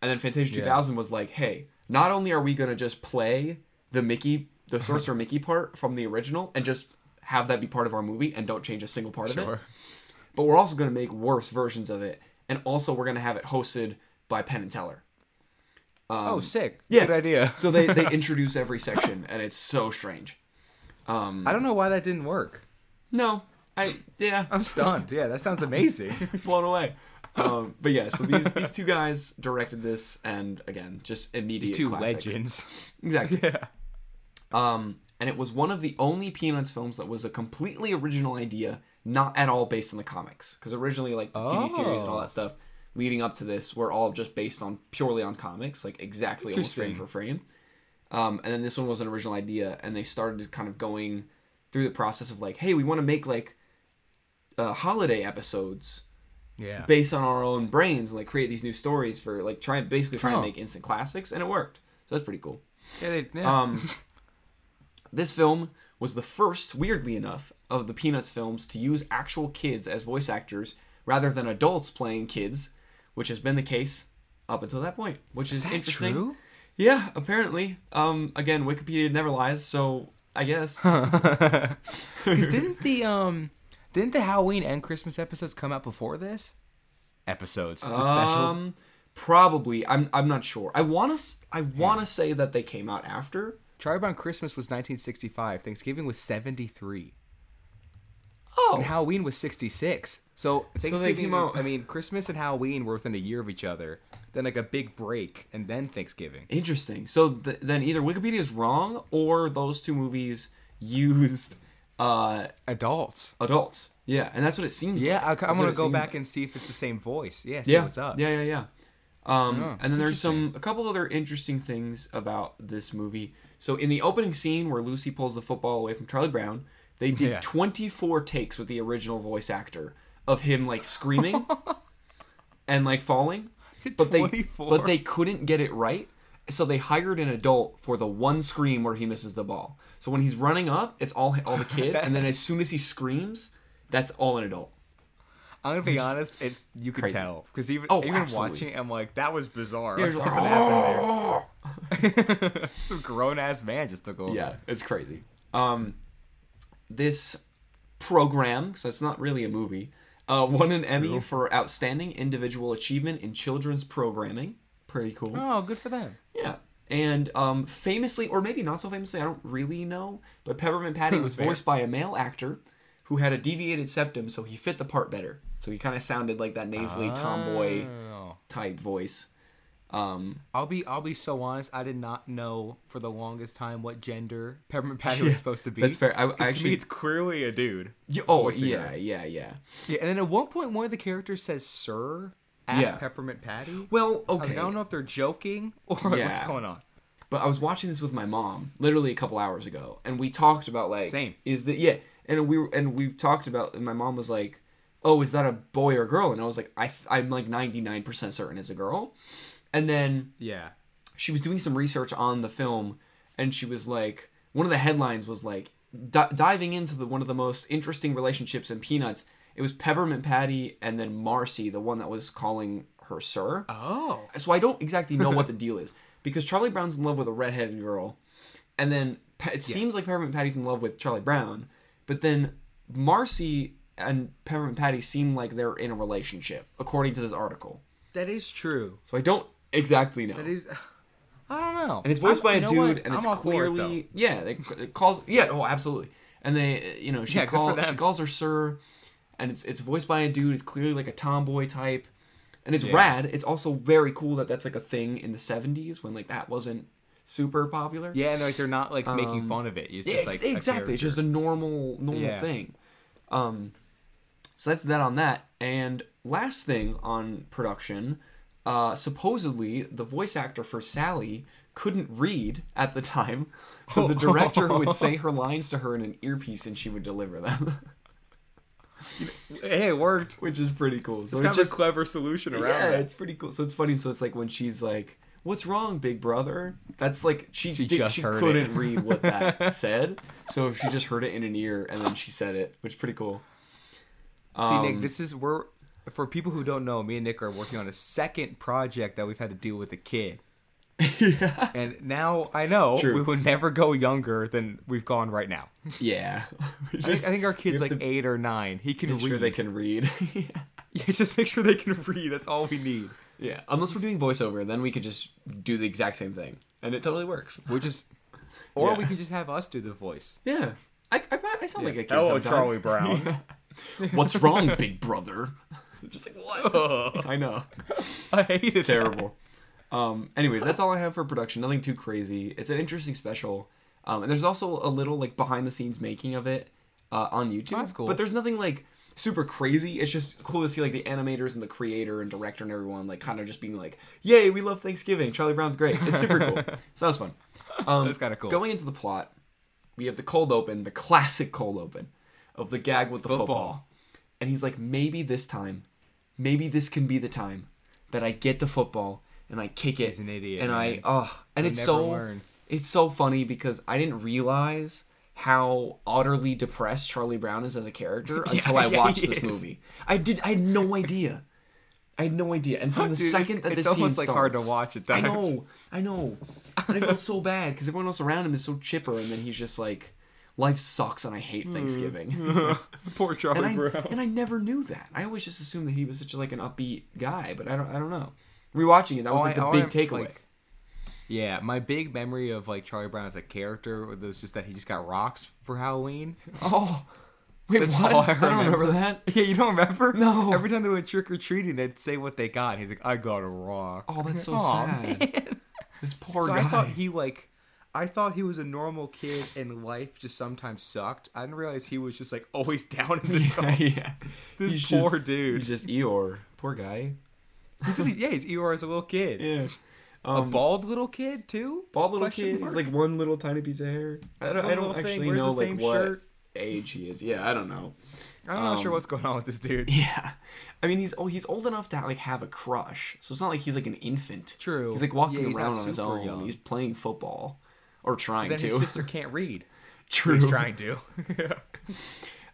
[SPEAKER 1] And then Fantasia 2000 was like, hey, not only are we going to just play the Mickey, the
[SPEAKER 2] [LAUGHS]
[SPEAKER 1] Sorcerer Mickey part from the original and just have that be part of our movie and don't change a single part of it,
[SPEAKER 2] sure.
[SPEAKER 1] but we're also going to make worse versions of it. And also, we're going to have it hosted by Penn and Teller.
[SPEAKER 2] oh, sick.
[SPEAKER 1] um, yeah.
[SPEAKER 2] Good idea.
[SPEAKER 1] [LAUGHS] So they,
[SPEAKER 2] [LAUGHS]
[SPEAKER 1] they introduce every section and it's so strange.
[SPEAKER 2] I don't know why that didn't work.
[SPEAKER 1] No, I, yeah.
[SPEAKER 2] [LAUGHS]
[SPEAKER 1] [LAUGHS]
[SPEAKER 2] I'm stunned. Yeah, that sounds amazing.
[SPEAKER 1] blown
[SPEAKER 2] [LAUGHS]
[SPEAKER 1] away. Um, but yeah, so these these two guys directed this, and again, just immediate
[SPEAKER 2] Two
[SPEAKER 1] classics.
[SPEAKER 2] legends.
[SPEAKER 1] exactly.
[SPEAKER 2] Yeah.
[SPEAKER 1] Um, and it was one of the only Peanuts films that was a completely original idea, not at all based on the comics, because originally like the TV series and all
[SPEAKER 2] Oh.
[SPEAKER 1] that stuff leading up to this were all just based on purely on comics, like exactly almost frame for frame.
[SPEAKER 2] Interesting.
[SPEAKER 1] Um, and then this one was an original idea, and they started kind of going through the process of like, hey, we want to make like uh, holiday episodes
[SPEAKER 2] Yeah.
[SPEAKER 1] based on our own brains and like create these new stories for like try basically trying
[SPEAKER 2] Huh.
[SPEAKER 1] to make instant classics and it worked so that's pretty cool
[SPEAKER 2] yeah, they, yeah.
[SPEAKER 1] um this film was the first weirdly enough of the peanuts films to use actual kids as voice actors rather than adults playing kids which has been the case up until that point which is,
[SPEAKER 2] Is that
[SPEAKER 1] interesting [LAUGHS]
[SPEAKER 2] true?
[SPEAKER 1] yeah apparently um again wikipedia never lies so i guess
[SPEAKER 2] Because didn't the um, didn't the Halloween and Christmas episodes come out before this? Episodes, the specials.
[SPEAKER 1] Um, probably. I'm. I'm not sure. I want to. I want to say that they came out after.
[SPEAKER 2] Charlie Brown Christmas was 1965. Thanksgiving was 73.
[SPEAKER 1] Oh,
[SPEAKER 2] And Halloween was 66. So Thanksgiving,
[SPEAKER 1] came out-
[SPEAKER 2] I mean, Christmas and Halloween were within a year of each other. Then like a big break, and then Thanksgiving.
[SPEAKER 1] interesting. So th- then either Wikipedia is wrong or those two movies [LAUGHS] used uh,
[SPEAKER 2] Adults.
[SPEAKER 1] adults. Yeah, and that's what it seems.
[SPEAKER 2] Yeah,
[SPEAKER 1] like.
[SPEAKER 2] I,
[SPEAKER 1] That's
[SPEAKER 2] am
[SPEAKER 1] what
[SPEAKER 2] gonna
[SPEAKER 1] it
[SPEAKER 2] go
[SPEAKER 1] seemed
[SPEAKER 2] back and see if it's the same voice. Yeah, see
[SPEAKER 1] yeah.
[SPEAKER 2] what's up.
[SPEAKER 1] Yeah, yeah, yeah. Um,
[SPEAKER 2] Yeah,
[SPEAKER 1] and then
[SPEAKER 2] that's
[SPEAKER 1] there's some a couple other interesting things about this movie. So in the opening scene where Lucy pulls the football away from Charlie Brown, they did
[SPEAKER 2] Yeah.
[SPEAKER 1] 24 takes with the original voice actor of him like
[SPEAKER 2] [LAUGHS]
[SPEAKER 1] screaming and like falling, but they
[SPEAKER 2] 24.
[SPEAKER 1] but they couldn't get it right. So they hired an adult for the one scream where he misses the ball. So when he's running up, it's all all the kid, and then as soon as he screams, that's all an adult.
[SPEAKER 2] I'm gonna
[SPEAKER 1] [LAUGHS]
[SPEAKER 2] be honest. It's you can
[SPEAKER 1] Crazy.
[SPEAKER 2] tell because even
[SPEAKER 1] Oh,
[SPEAKER 2] even
[SPEAKER 1] absolutely.
[SPEAKER 2] watching, it, I'm like, that was bizarre.
[SPEAKER 1] You're
[SPEAKER 2] What's
[SPEAKER 1] just like,
[SPEAKER 2] happening
[SPEAKER 1] "Oh!"
[SPEAKER 2] there? [LAUGHS] Some grown ass man just took over.
[SPEAKER 1] Yeah, it's crazy. Um, this program, so it's not really a movie, uh, won an Emmy for Outstanding Individual Achievement in Children's Programming. Pretty cool.
[SPEAKER 2] Oh, good for them.
[SPEAKER 1] Yeah. And um, famously, or maybe not so famously, I don't really know, but Peppermint Patty was
[SPEAKER 2] Hmm, Fair.
[SPEAKER 1] voiced by a male actor who had a deviated septum, so he fit the part better. So he kind of sounded like that nasally tomboy
[SPEAKER 2] Oh.
[SPEAKER 1] type voice. Um,
[SPEAKER 2] I'll be I'll be so honest. I did not know for the longest time what gender Peppermint Patty was supposed to be.
[SPEAKER 1] that's fair. I- I
[SPEAKER 2] 'Cause to me,
[SPEAKER 1] actually-
[SPEAKER 2] it's clearly a dude.
[SPEAKER 1] y- oh,
[SPEAKER 2] Voicing
[SPEAKER 1] yeah,
[SPEAKER 2] her.
[SPEAKER 1] yeah, yeah.
[SPEAKER 2] Yeah, and then at one point, one of the characters says "Sir" at
[SPEAKER 1] Yeah.
[SPEAKER 2] Peppermint Patty.
[SPEAKER 1] Well,
[SPEAKER 2] I, was
[SPEAKER 1] okay.
[SPEAKER 2] like, I don't know if they're joking or [LAUGHS] what's
[SPEAKER 1] Yeah.
[SPEAKER 2] going on.
[SPEAKER 1] But I was watching this with my mom literally a couple hours ago, and we talked about like
[SPEAKER 2] Same.
[SPEAKER 1] is that yeah, and we were- and we talked about and my mom was like, oh, is that a boy or a girl? And I was like, I I'm like ninety nine percent certain it's a girl, and then
[SPEAKER 2] Yeah.
[SPEAKER 1] she was doing some research on the film and she was like one of the headlines was like di- diving into the one of the most interesting relationships in peanuts it was peppermint patty and then marcy the one that was calling her sir
[SPEAKER 2] Oh.
[SPEAKER 1] so i don't exactly know what the deal is because charlie brown's in love with a redheaded girl and then Pe- it seems like peppermint patty's in love with charlie brown but then marcy and peppermint patty seem like they're in a relationship according to this article
[SPEAKER 2] That is true.
[SPEAKER 1] so i don't exactly know
[SPEAKER 2] That is. [SIGHS] I don't know.
[SPEAKER 1] and it's voiced
[SPEAKER 2] I'm-
[SPEAKER 1] by a
[SPEAKER 2] you know
[SPEAKER 1] dude,
[SPEAKER 2] what?
[SPEAKER 1] and
[SPEAKER 2] I'm
[SPEAKER 1] it's
[SPEAKER 2] all for it, though.
[SPEAKER 1] clearly yeah. They, it calls yeah. Oh, absolutely. And they uh, you know she
[SPEAKER 2] Yeah, good for
[SPEAKER 1] calls she
[SPEAKER 2] them.
[SPEAKER 1] calls her sir, and it's it's voiced by a dude. It's clearly like a tomboy type, and it's
[SPEAKER 2] Yeah.
[SPEAKER 1] rad. It's also very cool that that's like a thing in the '70s when like that wasn't super popular.
[SPEAKER 2] Yeah, and like they're not like making fun of it. Um, It's
[SPEAKER 1] Yeah,
[SPEAKER 2] just like
[SPEAKER 1] ex- exactly. It's just a normal normal
[SPEAKER 2] Yeah.
[SPEAKER 1] thing. Um, so that's that on that. And last thing on production, uh, supposedly the voice actor for Sally couldn't read at the time, [LAUGHS] so the director would
[SPEAKER 2] [LAUGHS]
[SPEAKER 1] say her lines to her in an earpiece and she would deliver them, [LAUGHS]
[SPEAKER 2] Hey, it worked.
[SPEAKER 1] which is pretty cool. So
[SPEAKER 2] It's
[SPEAKER 1] it's,
[SPEAKER 2] kind of
[SPEAKER 1] just
[SPEAKER 2] a clever solution around
[SPEAKER 1] yeah,
[SPEAKER 2] that.
[SPEAKER 1] it's pretty cool. So it's funny. So it's like when she's like "What's wrong, Big Brother?" That's like she
[SPEAKER 2] She
[SPEAKER 1] did-
[SPEAKER 2] just
[SPEAKER 1] she
[SPEAKER 2] heard
[SPEAKER 1] couldn't
[SPEAKER 2] it.
[SPEAKER 1] read what [LAUGHS] that said, so she just heard it in an ear and then she said it, which is pretty cool.
[SPEAKER 2] See,
[SPEAKER 1] Um,
[SPEAKER 2] Nick, this is we're for people who don't know. Me and Nick are working on a second project that we've had to deal with
[SPEAKER 1] [LAUGHS]
[SPEAKER 2] a kid,
[SPEAKER 1] yeah.
[SPEAKER 2] and now I know
[SPEAKER 1] True.
[SPEAKER 2] we will never go younger than we've gone right now.
[SPEAKER 1] [LAUGHS] yeah. We
[SPEAKER 2] I think,
[SPEAKER 1] just
[SPEAKER 2] I think our kid's
[SPEAKER 1] have
[SPEAKER 2] like
[SPEAKER 1] to
[SPEAKER 2] eight or nine. He can
[SPEAKER 1] make
[SPEAKER 2] read. [LAUGHS]
[SPEAKER 1] sure they can read. [LAUGHS] yeah.
[SPEAKER 2] Yeah, just make sure they can read. That's all we need.
[SPEAKER 1] Yeah, unless we're doing voiceover, then we could just do the exact same thing, and it totally works.
[SPEAKER 2] We're just, or
[SPEAKER 1] Yeah.
[SPEAKER 2] we can just have us do the voice.
[SPEAKER 1] Yeah, I I, I sound like a kid
[SPEAKER 2] Hello,
[SPEAKER 1] sometimes.
[SPEAKER 2] Charlie Brown.
[SPEAKER 1] [LAUGHS] What's [LAUGHS] wrong, Big Brother? just like what? I know.
[SPEAKER 2] [LAUGHS] I hate [LAUGHS] it.
[SPEAKER 1] terrible. Um, anyways, that's all I have for production. Nothing too crazy. It's an interesting special, um, and there's also a little like behind the scenes making of it uh, on YouTube.
[SPEAKER 2] Oh, That's cool.
[SPEAKER 1] But there's nothing like super crazy. It's just cool to see like the animators and the creator and director and everyone like kind of just being like, "Yay, we love Thanksgiving. Charlie Brown's great. It's super
[SPEAKER 2] [LAUGHS]
[SPEAKER 1] cool." so that was fun. Um,
[SPEAKER 2] That's kinda cool.
[SPEAKER 1] Going into the plot, we have the cold open, the classic cold open of the gag with the football.
[SPEAKER 2] Football.
[SPEAKER 1] And he's like, maybe this time, maybe this can be the time that I get the football and I kick it.
[SPEAKER 2] He's an idiot,
[SPEAKER 1] And I,
[SPEAKER 2] man.
[SPEAKER 1] oh, and
[SPEAKER 2] He'll
[SPEAKER 1] it's
[SPEAKER 2] never
[SPEAKER 1] so,
[SPEAKER 2] learn.
[SPEAKER 1] it's so funny because I didn't realize how utterly depressed Charlie Brown is as a character until I
[SPEAKER 2] [LAUGHS] yeah,
[SPEAKER 1] watched
[SPEAKER 2] he
[SPEAKER 1] this
[SPEAKER 2] is.
[SPEAKER 1] movie. I did, I had no idea. I had no idea. And from the
[SPEAKER 2] Dude,
[SPEAKER 1] second
[SPEAKER 2] it's-
[SPEAKER 1] that this
[SPEAKER 2] it's almost
[SPEAKER 1] scene
[SPEAKER 2] like hard to
[SPEAKER 1] starts-
[SPEAKER 2] watch at
[SPEAKER 1] I
[SPEAKER 2] times.
[SPEAKER 1] know, I know, and I feel
[SPEAKER 2] [LAUGHS]
[SPEAKER 1] so bad because everyone else around him is so chipper, and then he's just like, "Life sucks, and I hate
[SPEAKER 2] Hmm.
[SPEAKER 1] Thanksgiving."
[SPEAKER 2] [LAUGHS] Poor Charlie
[SPEAKER 1] and I
[SPEAKER 2] Brown.
[SPEAKER 1] and I never knew that. I always just assumed that he was such a, like an upbeat guy, but I don't I don't know. Rewatching it, that was
[SPEAKER 2] All
[SPEAKER 1] like the
[SPEAKER 2] Oh, I- all
[SPEAKER 1] big
[SPEAKER 2] I'm,
[SPEAKER 1] takeaway.
[SPEAKER 2] like- yeah, my big memory of like Charlie Brown as a character was just that he just got rocks for Halloween.
[SPEAKER 1] oh, wait,
[SPEAKER 2] That's
[SPEAKER 1] what?
[SPEAKER 2] all I
[SPEAKER 1] I, don't remember that.
[SPEAKER 2] [LAUGHS] Yeah, you don't remember?
[SPEAKER 1] No.
[SPEAKER 2] Every time they went trick or treating, they'd say what they got. He's like, I got a rock.
[SPEAKER 1] Oh, that's so
[SPEAKER 2] Aw,
[SPEAKER 1] sad.
[SPEAKER 2] man.
[SPEAKER 1] This poor
[SPEAKER 2] So
[SPEAKER 1] guy.
[SPEAKER 2] I thought he like, I thought he was a normal kid and life just sometimes sucked. I didn't realize he was just like always [LAUGHS] down in the
[SPEAKER 1] [LAUGHS]
[SPEAKER 2] dumps.
[SPEAKER 1] yeah,
[SPEAKER 2] This
[SPEAKER 1] He's
[SPEAKER 2] poor
[SPEAKER 1] just-
[SPEAKER 2] dude.
[SPEAKER 1] He's just Eeyore. Poor guy.
[SPEAKER 2] He's a- yeah, he's Eeyore as a little kid.
[SPEAKER 1] Yeah.
[SPEAKER 2] A
[SPEAKER 1] Um,
[SPEAKER 2] bald little kid too.
[SPEAKER 1] bald little
[SPEAKER 2] Question
[SPEAKER 1] kid.
[SPEAKER 2] mark?
[SPEAKER 1] He's like one little tiny piece of hair. I don't,
[SPEAKER 2] One
[SPEAKER 1] I don't
[SPEAKER 2] little thing,
[SPEAKER 1] actually
[SPEAKER 2] wears
[SPEAKER 1] know
[SPEAKER 2] the
[SPEAKER 1] like
[SPEAKER 2] same
[SPEAKER 1] what
[SPEAKER 2] shirt.
[SPEAKER 1] age he is. Yeah, I don't
[SPEAKER 2] [LAUGHS]
[SPEAKER 1] know.
[SPEAKER 2] I'm not sure
[SPEAKER 1] um,
[SPEAKER 2] what's going on with this dude.
[SPEAKER 1] Yeah, I mean he's oh he's old enough to like have a crush, so it's not like he's like an infant.
[SPEAKER 2] True.
[SPEAKER 1] He's like walking
[SPEAKER 2] Yeah, he's not
[SPEAKER 1] around on his
[SPEAKER 2] super
[SPEAKER 1] own.
[SPEAKER 2] young.
[SPEAKER 1] He's playing football, or trying
[SPEAKER 2] Then
[SPEAKER 1] to. [LAUGHS]
[SPEAKER 2] his sister can't read.
[SPEAKER 1] True.
[SPEAKER 2] He's trying to. [LAUGHS]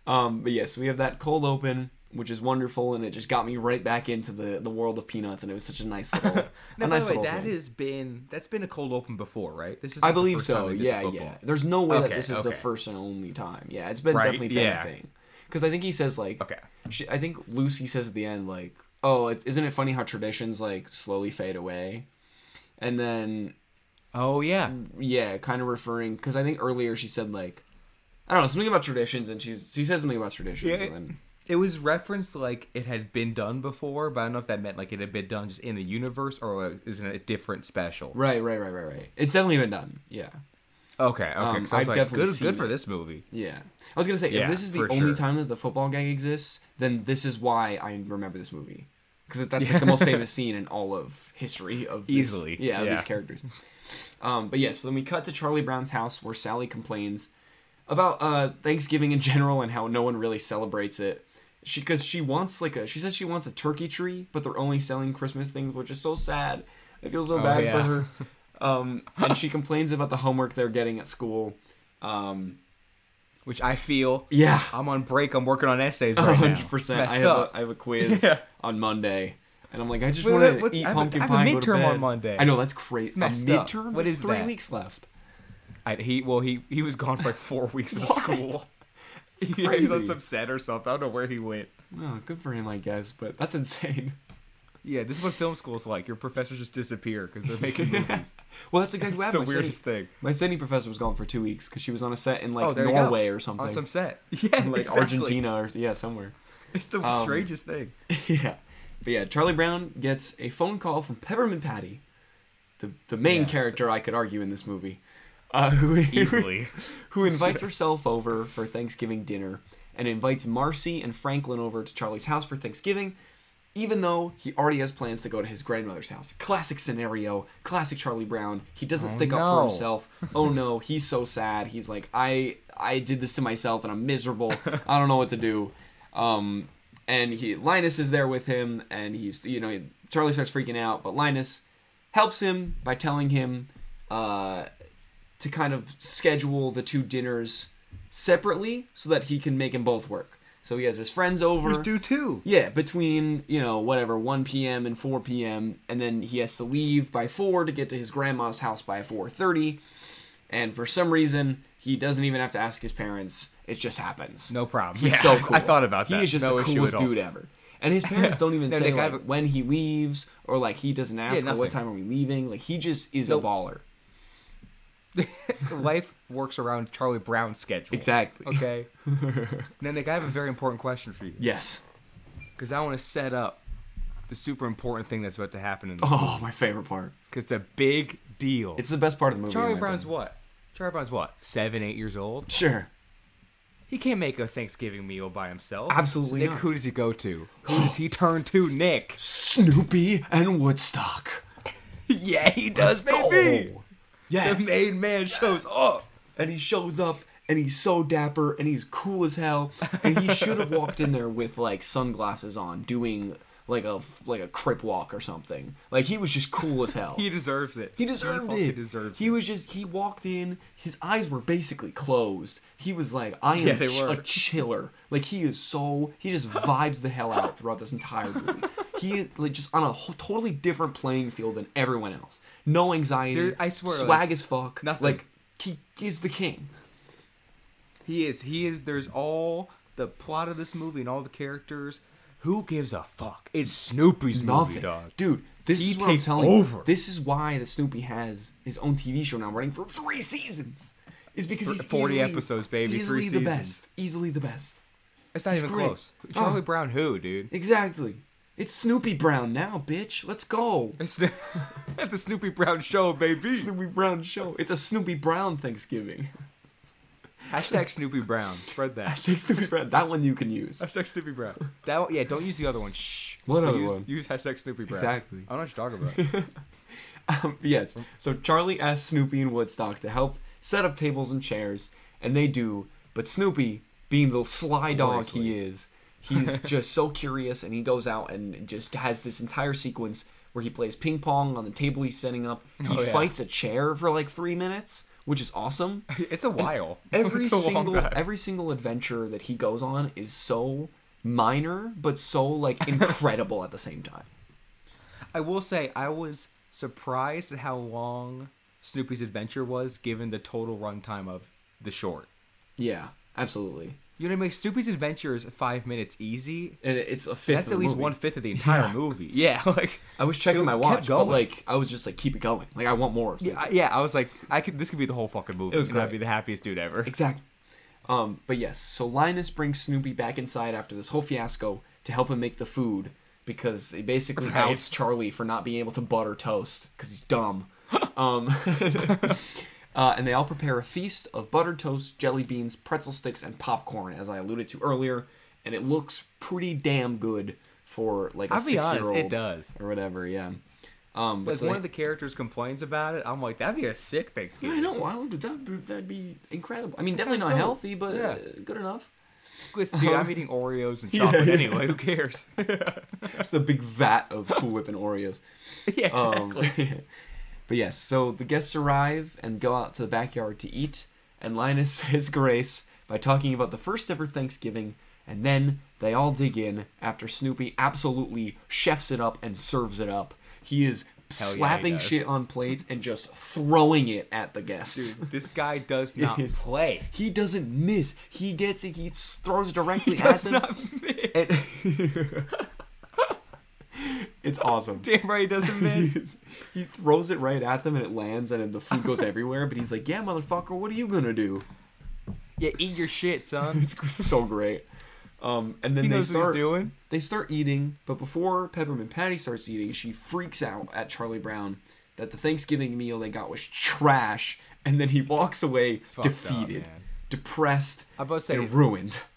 [SPEAKER 1] Um, but yes, we have that cold open, which is wonderful, and it just got me right back into the the world of peanuts, and it was such a nice little,
[SPEAKER 2] [LAUGHS]
[SPEAKER 1] a
[SPEAKER 2] Now, by
[SPEAKER 1] nice
[SPEAKER 2] the way,
[SPEAKER 1] little
[SPEAKER 2] that
[SPEAKER 1] thing.
[SPEAKER 2] has been that's been a cold open before, right? This is
[SPEAKER 1] I
[SPEAKER 2] not the
[SPEAKER 1] believe
[SPEAKER 2] first time
[SPEAKER 1] so.
[SPEAKER 2] they did the
[SPEAKER 1] Yeah,
[SPEAKER 2] football.
[SPEAKER 1] yeah. There's no way that
[SPEAKER 2] Okay,
[SPEAKER 1] this is the
[SPEAKER 2] okay.
[SPEAKER 1] first and only time. Yeah, it's been
[SPEAKER 2] Right,
[SPEAKER 1] definitely been
[SPEAKER 2] yeah.
[SPEAKER 1] a thing. Because I think he says like,
[SPEAKER 2] Okay.
[SPEAKER 1] she, I think Lucy says at the end like, oh, it, isn't it funny how traditions like slowly fade away, and then
[SPEAKER 2] Oh
[SPEAKER 1] Mm.
[SPEAKER 2] yeah.
[SPEAKER 1] yeah, kind of referring because I think earlier she said like, I don't know something about traditions, and she's she says something about traditions,
[SPEAKER 2] Yeah,
[SPEAKER 1] and then
[SPEAKER 2] It was referenced like it had been done before, but I don't know if that meant like it had been done just in the universe or uh, is it a different special?
[SPEAKER 1] right, right, right, right, right. It's definitely been done. Yeah.
[SPEAKER 2] Okay, okay. 'cause Um, I
[SPEAKER 1] I've
[SPEAKER 2] was like,
[SPEAKER 1] definitely
[SPEAKER 2] good,
[SPEAKER 1] seen
[SPEAKER 2] good for
[SPEAKER 1] it.
[SPEAKER 2] this movie.
[SPEAKER 1] Yeah. I was gonna say
[SPEAKER 2] Yeah,
[SPEAKER 1] if this is the
[SPEAKER 2] for
[SPEAKER 1] only
[SPEAKER 2] sure.
[SPEAKER 1] time that the football gang exists, then this is why I remember this movie because that's
[SPEAKER 2] [LAUGHS]
[SPEAKER 1] like the most famous scene in all of history of these,
[SPEAKER 2] Easily,
[SPEAKER 1] yeah, of
[SPEAKER 2] yeah.
[SPEAKER 1] these characters. Um, but yeah, so then we cut to Charlie Brown's house where Sally complains about uh, Thanksgiving in general and how no one really celebrates it. She because she wants like a she says she wants a turkey tree, but they're only selling Christmas things, which is so sad. I feel so bad for
[SPEAKER 2] Oh, yeah. [LAUGHS]
[SPEAKER 1] her. Um, and she complains about the homework they're getting at school. Um,
[SPEAKER 2] Which I feel
[SPEAKER 1] yeah,
[SPEAKER 2] I'm on break, I'm working on essays right now.
[SPEAKER 1] hundred percent. I
[SPEAKER 2] Messed
[SPEAKER 1] have a,
[SPEAKER 2] up.
[SPEAKER 1] I have a quiz
[SPEAKER 2] [LAUGHS] Yeah.
[SPEAKER 1] on Monday, and I'm like, I just
[SPEAKER 2] Wait,
[SPEAKER 1] want
[SPEAKER 2] wait,
[SPEAKER 1] to
[SPEAKER 2] what-
[SPEAKER 1] eat
[SPEAKER 2] I have a-
[SPEAKER 1] pumpkin
[SPEAKER 2] I have a
[SPEAKER 1] pie. and go to
[SPEAKER 2] midterm on
[SPEAKER 1] bed.
[SPEAKER 2] Monday.
[SPEAKER 1] I know that's crazy. A
[SPEAKER 2] messed up.
[SPEAKER 1] midterm.
[SPEAKER 2] What
[SPEAKER 1] There's
[SPEAKER 2] is
[SPEAKER 1] three
[SPEAKER 2] that?
[SPEAKER 1] weeks
[SPEAKER 2] [LAUGHS]
[SPEAKER 1] left?
[SPEAKER 2] I, he well he he was gone for like [LAUGHS] four weeks of school. Yeah, [LAUGHS] he was on
[SPEAKER 1] crazy.
[SPEAKER 2] some set or something. I don't know where he went.
[SPEAKER 1] Oh, good for him, I guess. But that's insane. [LAUGHS]
[SPEAKER 2] Yeah, this is what film school's like. Your professors just disappear because they're [LAUGHS] making movies.
[SPEAKER 1] Well, that's exactly what
[SPEAKER 2] It's the
[SPEAKER 1] happened. My
[SPEAKER 2] weirdest
[SPEAKER 1] Sydney-
[SPEAKER 2] thing.
[SPEAKER 1] My Sydney professor was gone for two weeks because she was on a set in like
[SPEAKER 2] Oh, there you go.
[SPEAKER 1] Norway or something,
[SPEAKER 2] On some [LAUGHS] set. Yeah,
[SPEAKER 1] like
[SPEAKER 2] exactly.
[SPEAKER 1] Argentina or yeah, somewhere. [LAUGHS]
[SPEAKER 2] It's the
[SPEAKER 1] Um,
[SPEAKER 2] strangest thing.
[SPEAKER 1] yeah, but yeah, Charlie Brown gets a phone call from Peppermint Patty, the the main
[SPEAKER 2] Yeah.
[SPEAKER 1] character I could argue in this movie, uh, who
[SPEAKER 2] [LAUGHS] Easily.
[SPEAKER 1] [LAUGHS] who invites herself over for Thanksgiving dinner and invites Marcy and Franklin over to Charlie's house for Thanksgiving, even though he already has plans to go to his grandmother's house. Classic scenario, classic Charlie Brown. He doesn't
[SPEAKER 2] Oh,
[SPEAKER 1] stick up for
[SPEAKER 2] no.
[SPEAKER 1] himself.
[SPEAKER 2] [LAUGHS]
[SPEAKER 1] Oh no, he's so sad. He's like, I I did this to myself and I'm miserable. I don't know what to do. Um, and he Linus is there with him, and he's you know Charlie starts freaking out, but Linus helps him by telling him uh, to kind of schedule the two dinners separately so that he can make them both work. So he has his friends over.
[SPEAKER 2] do too.
[SPEAKER 1] Yeah, between, you know, whatever, 1 p.m. and 4 p.m. and then he has to leave by 4 to get to his grandma's house by 4:30. And for some reason, he doesn't even have to ask his parents. It just happens.
[SPEAKER 2] No problem.
[SPEAKER 1] He's
[SPEAKER 2] Yeah,
[SPEAKER 1] so cool.
[SPEAKER 2] I thought about that.
[SPEAKER 1] He is just
[SPEAKER 2] No
[SPEAKER 1] the
[SPEAKER 2] issue
[SPEAKER 1] coolest
[SPEAKER 2] at all.
[SPEAKER 1] dude ever. And his
[SPEAKER 2] [LAUGHS]
[SPEAKER 1] parents don't even
[SPEAKER 2] No,
[SPEAKER 1] say
[SPEAKER 2] they
[SPEAKER 1] like,
[SPEAKER 2] gotta-
[SPEAKER 1] when he leaves or like he doesn't ask like, what
[SPEAKER 2] nothing.
[SPEAKER 1] time are we leaving. Like he just is
[SPEAKER 2] Nope.
[SPEAKER 1] a baller.
[SPEAKER 2] Life works around Charlie Brown's schedule.
[SPEAKER 1] Exactly. [LAUGHS]
[SPEAKER 2] Okay. now, Nick, I have a very important question for you
[SPEAKER 1] Yes.
[SPEAKER 2] because I want to set up the super important thing that's about to happen in this
[SPEAKER 1] Oh, my favorite part.
[SPEAKER 2] because it's a big deal.
[SPEAKER 1] It's the best part of the movie. in
[SPEAKER 2] Charlie
[SPEAKER 1] my
[SPEAKER 2] Brown's
[SPEAKER 1] opinion.
[SPEAKER 2] what? Charlie Brown's what? Seven, eight years old.
[SPEAKER 1] Sure.
[SPEAKER 2] He can't make a Thanksgiving meal by himself.
[SPEAKER 1] Absolutely
[SPEAKER 2] So, Nick,
[SPEAKER 1] not.
[SPEAKER 2] who does he go to? Who does he turn
[SPEAKER 1] [LAUGHS]
[SPEAKER 2] to? Nick.
[SPEAKER 1] Snoopy and Woodstock.
[SPEAKER 2] yeah, he does,
[SPEAKER 1] Go.
[SPEAKER 2] The
[SPEAKER 1] Yes.
[SPEAKER 2] main man shows up.
[SPEAKER 1] and he shows up and he's so dapper and he's cool as hell and he should have walked in there with like sunglasses on doing like a like a crip walk or something like he was just cool as hell
[SPEAKER 2] He deserves it.
[SPEAKER 1] he deserved
[SPEAKER 2] fucking
[SPEAKER 1] it
[SPEAKER 2] deserves
[SPEAKER 1] he was just he walked in his eyes were basically closed he was like i am
[SPEAKER 2] Yeah, they
[SPEAKER 1] ch-
[SPEAKER 2] were.
[SPEAKER 1] a chiller like he is so he
[SPEAKER 2] [LAUGHS]
[SPEAKER 1] just vibes the hell out throughout this entire movie he is like just on a whole, totally different playing field than everyone else no anxiety
[SPEAKER 2] There- I swear,
[SPEAKER 1] swag
[SPEAKER 2] like,
[SPEAKER 1] as fuck
[SPEAKER 2] nothing.
[SPEAKER 1] like he is the king
[SPEAKER 2] He is. He is. There's all the plot of this movie and all the characters. Who gives a fuck? It's Snoopy's movie,
[SPEAKER 1] nothing,
[SPEAKER 2] dog.
[SPEAKER 1] dude. This
[SPEAKER 2] He
[SPEAKER 1] is what I'm
[SPEAKER 2] takes
[SPEAKER 1] telling you.
[SPEAKER 2] over.
[SPEAKER 1] This is why the Snoopy has his own TV show now, running for three seasons. Is because he's
[SPEAKER 2] 40
[SPEAKER 1] easily-
[SPEAKER 2] episodes, baby, three
[SPEAKER 1] Easily the
[SPEAKER 2] seasons.
[SPEAKER 1] best. Easily the best.
[SPEAKER 2] It's not
[SPEAKER 1] He's
[SPEAKER 2] even
[SPEAKER 1] great.
[SPEAKER 2] close. Charlie
[SPEAKER 1] Oh.
[SPEAKER 2] Brown, who, dude?
[SPEAKER 1] Exactly. It's Snoopy Brown now, bitch. Let's go.
[SPEAKER 2] It's the, [LAUGHS] the Snoopy Brown show, baby.
[SPEAKER 1] Snoopy Brown show. It's a Snoopy Brown Thanksgiving.
[SPEAKER 2] Hashtag Snoopy Brown. Spread
[SPEAKER 1] [LAUGHS]
[SPEAKER 2] that.
[SPEAKER 1] Hashtag Snoopy Brown. That one you can use.
[SPEAKER 2] Hashtag Snoopy Brown. That one, yeah. Don't use the other one. Shh.
[SPEAKER 1] What
[SPEAKER 2] Don't
[SPEAKER 1] other
[SPEAKER 2] use,
[SPEAKER 1] one?
[SPEAKER 2] Use hashtag Snoopy Brown.
[SPEAKER 1] Exactly.
[SPEAKER 2] I don't know what you're talking about.
[SPEAKER 1] [LAUGHS] Um, yes. So Charlie asks Snoopy and Woodstock to help set up tables and chairs, and they do. But Snoopy, being the sly dog he [LAUGHS] is, he's just so curious, and he goes out and just has this entire sequence where he plays ping pong on the table he's setting up. He
[SPEAKER 2] Oh, yeah.
[SPEAKER 1] fights a chair for like three minutes, which is awesome. [LAUGHS]
[SPEAKER 2] it's a while.
[SPEAKER 1] Every
[SPEAKER 2] [LAUGHS] It's a long
[SPEAKER 1] single
[SPEAKER 2] time.
[SPEAKER 1] every single adventure that he goes on is so minor, but so
[SPEAKER 2] [LAUGHS]
[SPEAKER 1] like incredible at the same time.
[SPEAKER 2] I will say I was surprised at how long Snoopy's adventure was, given the total runtime of the short.
[SPEAKER 1] Yeah, absolutely.
[SPEAKER 2] You know what I mean? Snoopy's adventure is five minutes easy.
[SPEAKER 1] And it- it's a fifth. of
[SPEAKER 2] That's
[SPEAKER 1] the
[SPEAKER 2] at least
[SPEAKER 1] movie.
[SPEAKER 2] one
[SPEAKER 1] [LAUGHS]
[SPEAKER 2] fifth of the entire movie. Yeah, [LAUGHS] like
[SPEAKER 1] I was checking
[SPEAKER 2] It
[SPEAKER 1] my
[SPEAKER 2] kept
[SPEAKER 1] watch, but
[SPEAKER 2] going.
[SPEAKER 1] like I was just like, keep it going. Like I want more. Of Snoopy.
[SPEAKER 2] I, yeah, I was like, I could. This could be the whole fucking movie. It
[SPEAKER 1] was
[SPEAKER 2] and I'd
[SPEAKER 1] great.
[SPEAKER 2] be the happiest dude ever.
[SPEAKER 1] Exactly. Um, but yes, so Linus brings Snoopy back inside after this whole fiasco to help him make the food because he basically
[SPEAKER 2] Right.
[SPEAKER 1] outs Charlie for not being able to butter toast because he's
[SPEAKER 2] [LAUGHS]
[SPEAKER 1] dumb. um, [LAUGHS] uh, and they all prepare a feast of buttered toast, jelly beans, pretzel sticks, and popcorn, as I alluded to earlier. And it looks pretty damn good for like a
[SPEAKER 2] I'll be honest, it
[SPEAKER 1] six-year-old.
[SPEAKER 2] does.
[SPEAKER 1] or whatever. Yeah. Um, but
[SPEAKER 2] Like
[SPEAKER 1] so
[SPEAKER 2] one
[SPEAKER 1] they-
[SPEAKER 2] of the characters complains about it. I'm like, that'd be a sick Thanksgiving.
[SPEAKER 1] I [LAUGHS] know. I would. That'd be, that'd be incredible. I mean, definitely
[SPEAKER 2] sounds
[SPEAKER 1] not
[SPEAKER 2] dope.
[SPEAKER 1] healthy, but
[SPEAKER 2] Yeah.
[SPEAKER 1] uh, good enough.
[SPEAKER 2] Listen, dude, I'm eating Oreos and chocolate
[SPEAKER 1] Um, [LAUGHS] yeah.
[SPEAKER 2] anyway. Who cares? [LAUGHS]
[SPEAKER 1] It's a big vat of Cool Whip and Oreos.
[SPEAKER 2] yeah,
[SPEAKER 1] Um,
[SPEAKER 2] exactly.
[SPEAKER 1] [LAUGHS] but yes, so the guests arrive and go out to the backyard to eat, and Linus [LAUGHS] says grace by talking about the first ever Thanksgiving, and then they all dig in after Snoopy absolutely chefs it up and serves it up. He is
[SPEAKER 2] yeah, he
[SPEAKER 1] slapping
[SPEAKER 2] does.
[SPEAKER 1] shit on plates and just throwing it at the guests.
[SPEAKER 2] Dude, this guy
[SPEAKER 1] [LAUGHS]
[SPEAKER 2] does not
[SPEAKER 1] Yes.
[SPEAKER 2] play.
[SPEAKER 1] He doesn't miss. He gets it. He throws it
[SPEAKER 2] [LAUGHS]
[SPEAKER 1] directly at
[SPEAKER 2] [LAUGHS] Does
[SPEAKER 1] them. [LAUGHS]
[SPEAKER 2] not miss.
[SPEAKER 1] It's awesome.
[SPEAKER 2] Damn right, he doesn't
[SPEAKER 1] [LAUGHS]
[SPEAKER 2] miss.
[SPEAKER 1] He's- he throws it right at them and it lands and the food
[SPEAKER 2] [LAUGHS]
[SPEAKER 1] goes everywhere. But he's like, "Yeah, motherfucker, what are you gonna do?"
[SPEAKER 2] Yeah, eat your shit, son.
[SPEAKER 1] It's so great. Um, and then
[SPEAKER 2] He
[SPEAKER 1] they
[SPEAKER 2] knows what
[SPEAKER 1] start
[SPEAKER 2] he's doing.
[SPEAKER 1] they start eating, but before Peppermint Patty starts eating, she freaks out at Charlie Brown that the Thanksgiving meal they got was trash, and then he walks away
[SPEAKER 2] fucked up,
[SPEAKER 1] defeated,
[SPEAKER 2] man.
[SPEAKER 1] depressed,
[SPEAKER 2] I'm about to say-
[SPEAKER 1] and ruined. [LAUGHS]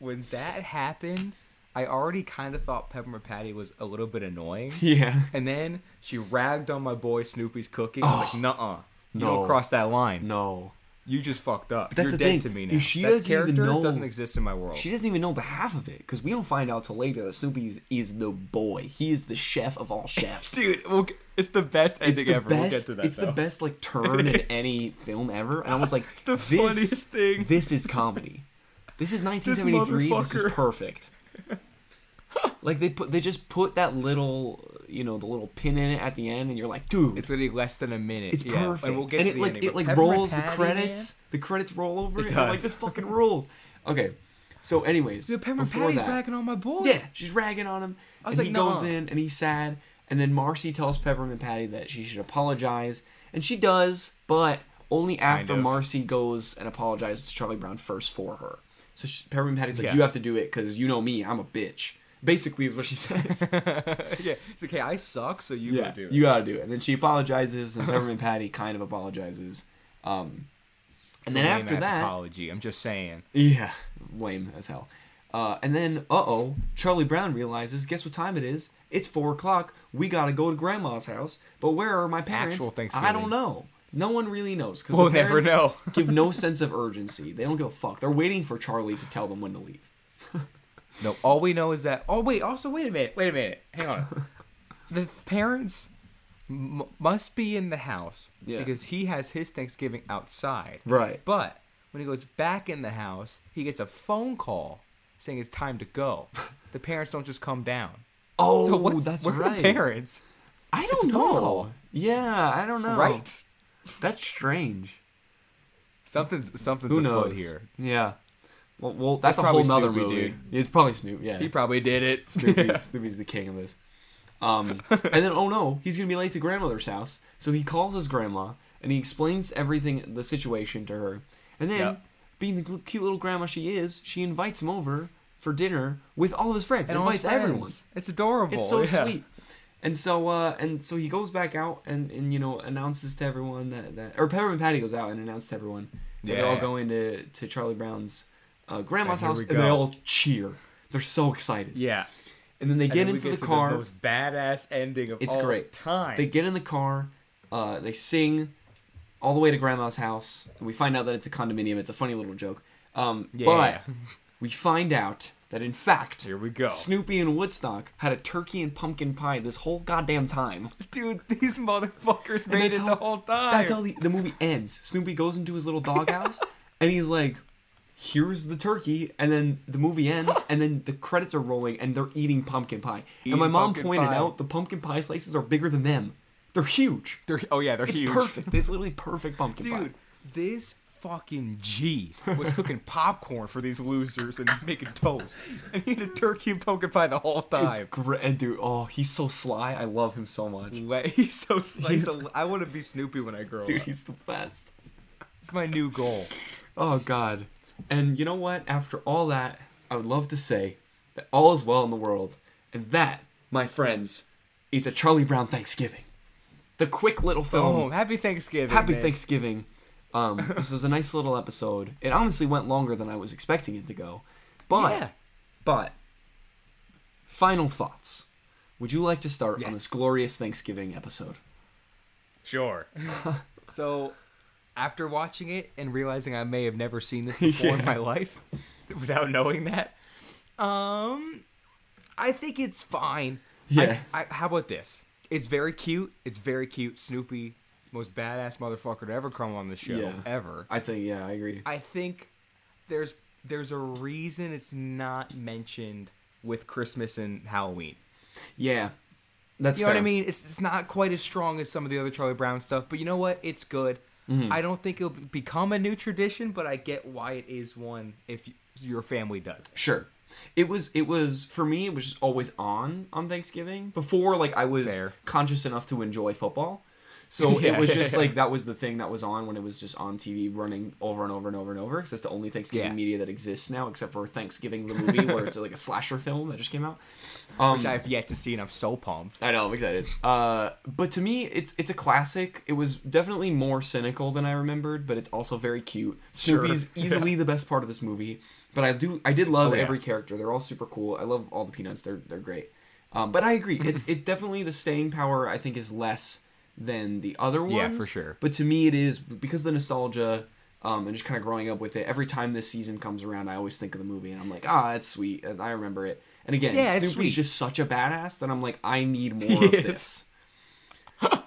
[SPEAKER 2] When that happened, I already kind of thought Peppermint Patty was a little bit annoying.
[SPEAKER 1] [LAUGHS] Yeah.
[SPEAKER 2] And then she ragged on my boy Snoopy's cooking. I was like, nuh uh. You
[SPEAKER 1] Oh, No.
[SPEAKER 2] don't cross that line.
[SPEAKER 1] No.
[SPEAKER 2] You just fucked up.
[SPEAKER 1] that's the
[SPEAKER 2] You're dead
[SPEAKER 1] thing,
[SPEAKER 2] to me
[SPEAKER 1] is
[SPEAKER 2] now.
[SPEAKER 1] she
[SPEAKER 2] that
[SPEAKER 1] doesn't even
[SPEAKER 2] character
[SPEAKER 1] know-
[SPEAKER 2] doesn't exist in my world.
[SPEAKER 1] She doesn't even know the half of it because we don't find out till later that Snoopy is, is the boy. He is the chef of all chefs.
[SPEAKER 2] Dude, we'll, g- it's the best
[SPEAKER 1] It's
[SPEAKER 2] ending
[SPEAKER 1] the
[SPEAKER 2] ever.
[SPEAKER 1] best.
[SPEAKER 2] we'll get to that.
[SPEAKER 1] it's the
[SPEAKER 2] though.
[SPEAKER 1] best
[SPEAKER 2] [LAUGHS]
[SPEAKER 1] like turn
[SPEAKER 2] It
[SPEAKER 1] in
[SPEAKER 2] is.
[SPEAKER 1] any film ever, and I
[SPEAKER 2] [LAUGHS]
[SPEAKER 1] was like,
[SPEAKER 2] the
[SPEAKER 1] this,
[SPEAKER 2] funniest thing."
[SPEAKER 1] This
[SPEAKER 2] [LAUGHS]
[SPEAKER 1] is comedy. This is 1973. This,
[SPEAKER 2] motherfucker.
[SPEAKER 1] is
[SPEAKER 2] [LAUGHS]
[SPEAKER 1] perfect. like they put, they just put that little, you know, the little pin in it at the end, and you're like, dude,
[SPEAKER 2] It's literally less than a minute.
[SPEAKER 1] it's
[SPEAKER 2] yeah.
[SPEAKER 1] perfect.
[SPEAKER 2] And we'll get to
[SPEAKER 1] it
[SPEAKER 2] the
[SPEAKER 1] like
[SPEAKER 2] ending,
[SPEAKER 1] it
[SPEAKER 2] but
[SPEAKER 1] like
[SPEAKER 2] Peppermint
[SPEAKER 1] rolls the
[SPEAKER 2] Patty,
[SPEAKER 1] credits.
[SPEAKER 2] man.
[SPEAKER 1] The credits roll over it. and I'm like
[SPEAKER 2] does.
[SPEAKER 1] this fucking rules. Okay. So, anyways,
[SPEAKER 2] Dude, Peppermint
[SPEAKER 1] before
[SPEAKER 2] Patty's
[SPEAKER 1] that-
[SPEAKER 2] ragging on my boy.
[SPEAKER 1] yeah, she's ragging on him.
[SPEAKER 2] was
[SPEAKER 1] and
[SPEAKER 2] like,
[SPEAKER 1] he
[SPEAKER 2] "Nuh-uh."
[SPEAKER 1] goes in and he's sad. And then Marcy tells Peppermint Patty that she should apologize. And she does, but only after
[SPEAKER 2] of.
[SPEAKER 1] Marcy goes and apologizes to Charlie Brown first for her. So she, Peppermint Patty's like,
[SPEAKER 2] Yeah.
[SPEAKER 1] You have to do it because you know me, I'm a bitch. Basically, is what she [LAUGHS] says.
[SPEAKER 2] [LAUGHS] yeah. It's okay. I suck, so you
[SPEAKER 1] yeah,
[SPEAKER 2] gotta do it.
[SPEAKER 1] you gotta do it. And then she apologizes, and Peppermint Patty kind of apologizes. Um, and then
[SPEAKER 2] Lame
[SPEAKER 1] after
[SPEAKER 2] ass
[SPEAKER 1] that,
[SPEAKER 2] apology. I'm just saying.
[SPEAKER 1] yeah, lame as hell. Uh, and then, uh oh, Charlie Brown realizes, guess what time it is? It's four o'clock. We gotta go to Grandma's house. But where are my parents?
[SPEAKER 2] Actual
[SPEAKER 1] I
[SPEAKER 2] Thanksgiving.
[SPEAKER 1] don't know. No one really knows because
[SPEAKER 2] We'll never know.
[SPEAKER 1] [LAUGHS] give
[SPEAKER 2] [LAUGHS]
[SPEAKER 1] no sense of urgency. They don't give a fuck. They're waiting for Charlie to tell them when to leave.
[SPEAKER 2] No, all we know is that. Oh wait, also wait a minute, wait a minute,
[SPEAKER 1] [LAUGHS]
[SPEAKER 2] hang on. the parents m- must be in the house
[SPEAKER 1] Yeah.
[SPEAKER 2] because he has his Thanksgiving outside.
[SPEAKER 1] Right.
[SPEAKER 2] But when he goes back in the house, he gets a phone call saying it's time
[SPEAKER 1] [LAUGHS]
[SPEAKER 2] to go. the parents don't just come down.
[SPEAKER 1] Oh,
[SPEAKER 2] So what's,
[SPEAKER 1] that's
[SPEAKER 2] where are
[SPEAKER 1] right.
[SPEAKER 2] the parents?
[SPEAKER 1] I
[SPEAKER 2] It's
[SPEAKER 1] don't
[SPEAKER 2] a phone
[SPEAKER 1] know.
[SPEAKER 2] call.
[SPEAKER 1] Yeah, I don't know.
[SPEAKER 2] Right.
[SPEAKER 1] That's strange.
[SPEAKER 2] Something's something's
[SPEAKER 1] Who
[SPEAKER 2] afoot
[SPEAKER 1] knows?
[SPEAKER 2] here.
[SPEAKER 1] Yeah. Well, well that's a whole
[SPEAKER 2] probably
[SPEAKER 1] nother
[SPEAKER 2] Snoopy,
[SPEAKER 1] movie.
[SPEAKER 2] dude.
[SPEAKER 1] It's probably Snoop. Yeah.
[SPEAKER 2] He probably did
[SPEAKER 1] [LAUGHS]
[SPEAKER 2] it.
[SPEAKER 1] Snoopy, Snoopy's the king of this. Um, and then, oh no, he's gonna be late to grandmother's house. So he calls his grandma and he explains everything, the situation to her. And then,
[SPEAKER 2] Yeah.
[SPEAKER 1] being the gl- cute little grandma she is, she invites him over for dinner with all of his friends.
[SPEAKER 2] [LAUGHS] And all his
[SPEAKER 1] invites everyone.
[SPEAKER 2] friends. It's adorable.
[SPEAKER 1] It's so
[SPEAKER 2] yeah.
[SPEAKER 1] sweet. And so, uh, and so he goes back out and, and you know announces to everyone that, that or Peppermint Patty goes out and announces to everyone that they're all
[SPEAKER 2] Yeah.
[SPEAKER 1] going to to Charlie Brown's uh, grandma's
[SPEAKER 2] And here
[SPEAKER 1] house
[SPEAKER 2] we
[SPEAKER 1] and they
[SPEAKER 2] go.
[SPEAKER 1] all cheer. They're so excited.
[SPEAKER 2] Yeah.
[SPEAKER 1] And then they
[SPEAKER 2] And
[SPEAKER 1] get
[SPEAKER 2] then we
[SPEAKER 1] into
[SPEAKER 2] get
[SPEAKER 1] the
[SPEAKER 2] to
[SPEAKER 1] car.
[SPEAKER 2] The most badass ending of
[SPEAKER 1] It's
[SPEAKER 2] all
[SPEAKER 1] great.
[SPEAKER 2] time.
[SPEAKER 1] They get in the car. Uh, they sing all the way to grandma's house, and we find out that it's a condominium. It's a funny little joke. Um,
[SPEAKER 2] Yeah.
[SPEAKER 1] But we find out that in fact,
[SPEAKER 2] Here we go.
[SPEAKER 1] Snoopy and Woodstock had a turkey and pumpkin pie this whole goddamn time.
[SPEAKER 2] Dude, these motherfuckers
[SPEAKER 1] And
[SPEAKER 2] made it
[SPEAKER 1] that's
[SPEAKER 2] the
[SPEAKER 1] how-
[SPEAKER 2] whole time.
[SPEAKER 1] That's how the, the movie ends. Snoopy goes into his little
[SPEAKER 2] [LAUGHS]
[SPEAKER 1] doghouse, and he's like. Here's the turkey, and then the movie
[SPEAKER 2] [LAUGHS]
[SPEAKER 1] ends, and then the credits are rolling, and they're eating pumpkin pie. and my
[SPEAKER 2] Eating
[SPEAKER 1] mom
[SPEAKER 2] pumpkin
[SPEAKER 1] pointed
[SPEAKER 2] pie.
[SPEAKER 1] out the pumpkin pie slices are bigger than them. They're huge.
[SPEAKER 2] They're- oh yeah, they're
[SPEAKER 1] It's
[SPEAKER 2] huge.
[SPEAKER 1] perfect. It's literally perfect pumpkin
[SPEAKER 2] Dude,
[SPEAKER 1] pie.
[SPEAKER 2] this fucking G [LAUGHS] was cooking popcorn for these losers and making toast. And he had a turkey and pumpkin pie the whole
[SPEAKER 1] It's
[SPEAKER 2] time.
[SPEAKER 1] great, and dude. Oh, he's so sly. I love him so much.
[SPEAKER 2] Le- [LAUGHS] He's so slice.
[SPEAKER 1] He's-
[SPEAKER 2] I want to be Snoopy when I grow
[SPEAKER 1] Dude,
[SPEAKER 2] up.
[SPEAKER 1] he's the best.
[SPEAKER 2] It's my new goal.
[SPEAKER 1] Oh God. And you know what? After all that, I would love to say that all is well in the world, and that, my friends, is a Charlie Brown Thanksgiving. The quick little film.
[SPEAKER 2] Oh, happy Thanksgiving.
[SPEAKER 1] Happy
[SPEAKER 2] man.
[SPEAKER 1] Thanksgiving.
[SPEAKER 2] [LAUGHS]
[SPEAKER 1] Um, this was a nice little episode. It honestly went longer than I was expecting it to go, but
[SPEAKER 2] Yeah.
[SPEAKER 1] but final thoughts. Would you like to start on
[SPEAKER 2] Yes.
[SPEAKER 1] this glorious Thanksgiving episode?
[SPEAKER 2] Sure. [LAUGHS] so, after watching it and realizing I may have never seen
[SPEAKER 1] [LAUGHS]
[SPEAKER 2] this before in my life, without knowing that, um, I think it's fine. I-
[SPEAKER 1] Yeah.
[SPEAKER 2] I, how about this? It's very cute. It's very cute. Snoopy, most badass motherfucker to ever come on the show
[SPEAKER 1] Yeah.
[SPEAKER 2] ever.
[SPEAKER 1] I think yeah, I agree.
[SPEAKER 2] I think there's there's a reason it's not mentioned with Christmas and Halloween.
[SPEAKER 1] Yeah, that's
[SPEAKER 2] You know what I
[SPEAKER 1] fair.
[SPEAKER 2] mean? It's, it's not quite as strong as some of the other Charlie Brown stuff, but you know what? It's good.
[SPEAKER 1] Mm-hmm.
[SPEAKER 2] I don't think it'll become a new tradition, but I get why it is one if you, your family does. it.
[SPEAKER 1] Sure. It was it was for me it was just always on on Thanksgiving before like I was
[SPEAKER 2] Fair.
[SPEAKER 1] conscious enough to enjoy football.
[SPEAKER 2] [LAUGHS]
[SPEAKER 1] So
[SPEAKER 2] Yeah,
[SPEAKER 1] it was
[SPEAKER 2] yeah,
[SPEAKER 1] just
[SPEAKER 2] yeah.
[SPEAKER 1] like that was the thing that was on when it was just on TV running over and over and over and over because that's the only Thanksgiving
[SPEAKER 2] Yeah.
[SPEAKER 1] media that exists now except for Thanksgiving the movie where it's like a slasher film that just came out. Um,
[SPEAKER 2] Which I've yet to see, and I'm so pumped.
[SPEAKER 1] I know, I'm excited. Uh, but to me, it's it's a classic. It was definitely more cynical than I remembered, but it's also very cute.
[SPEAKER 2] Sure.
[SPEAKER 1] Snoopy's
[SPEAKER 2] [LAUGHS]
[SPEAKER 1] easily the best part of this movie. But I do I did love
[SPEAKER 2] Oh, yeah.
[SPEAKER 1] every character. They're all super cool. I love all the peanuts. They're they're great. Um, but I agree.
[SPEAKER 2] [LAUGHS]
[SPEAKER 1] It's it definitely the staying power I think is less than the other ones.
[SPEAKER 2] Yeah, for sure.
[SPEAKER 1] But to me, it is because of the nostalgia. um, and just kind of growing up with it. Every time this season comes around, I always think of the movie, and I'm like, ah, it's sweet, and I remember it. And again,
[SPEAKER 2] Yeah, it's
[SPEAKER 1] Snoopy's
[SPEAKER 2] sweet.
[SPEAKER 1] just such a badass that I'm like, I
[SPEAKER 2] [LAUGHS]
[SPEAKER 1] need more of
[SPEAKER 2] Yes.
[SPEAKER 1] this. [LAUGHS]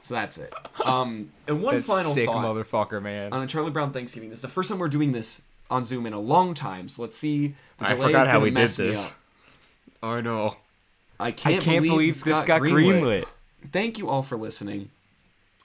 [SPEAKER 1] so that's it. Um, and one
[SPEAKER 2] That
[SPEAKER 1] final
[SPEAKER 2] sick
[SPEAKER 1] thought
[SPEAKER 2] motherfucker, man.
[SPEAKER 1] on a Charlie Brown Thanksgiving. This is the first time we're doing this on Zoom in a long time, so let's see. The
[SPEAKER 2] I
[SPEAKER 1] delay
[SPEAKER 2] forgot
[SPEAKER 1] is
[SPEAKER 2] how
[SPEAKER 1] gonna
[SPEAKER 2] we did
[SPEAKER 1] mess me
[SPEAKER 2] this.
[SPEAKER 1] up.
[SPEAKER 2] [LAUGHS] I know.
[SPEAKER 1] I can't,
[SPEAKER 2] Can't believe, this got greenlit.
[SPEAKER 1] Thank you all for listening.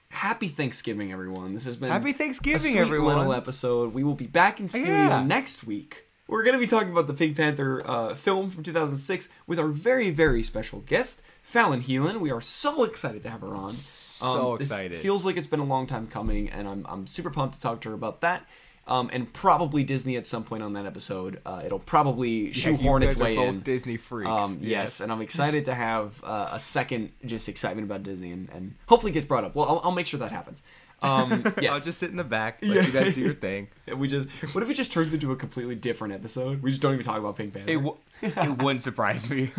[SPEAKER 1] Happy Thanksgiving, everyone. This has been
[SPEAKER 2] Happy
[SPEAKER 1] a
[SPEAKER 2] Thanksgiving,
[SPEAKER 1] sweet little
[SPEAKER 2] everyone.
[SPEAKER 1] episode. We will be back in studio
[SPEAKER 2] Yeah.
[SPEAKER 1] next week. We're going to be talking about the Pink Panther uh, film from 2006 with our very, very special guest, Fallon Heelan. We are so excited to have her on. Um,
[SPEAKER 2] So
[SPEAKER 1] this
[SPEAKER 2] excited.
[SPEAKER 1] feels like it's been a long time coming, and I'm, I'm super pumped to talk to her about that. Um, and probably Disney at some point on that episode. Uh, it'll probably shoehorn
[SPEAKER 2] you
[SPEAKER 1] its
[SPEAKER 2] guys are
[SPEAKER 1] way
[SPEAKER 2] both
[SPEAKER 1] in.
[SPEAKER 2] Disney freaks.
[SPEAKER 1] Um, yes.
[SPEAKER 2] Yes.
[SPEAKER 1] and I'm excited to have uh, a second just excitement about Disney and, and hopefully gets brought up. Well, I'll, I'll make sure that happens. Um, yes.
[SPEAKER 2] [LAUGHS] I'll just sit in
[SPEAKER 1] [LAUGHS]
[SPEAKER 2] the back, let
[SPEAKER 1] Yeah.
[SPEAKER 2] you guys do your thing.
[SPEAKER 1] we just what if it just turns into a completely different episode? We just don't even talk about Pink Panther.
[SPEAKER 2] It, w- [LAUGHS] it wouldn't surprise me.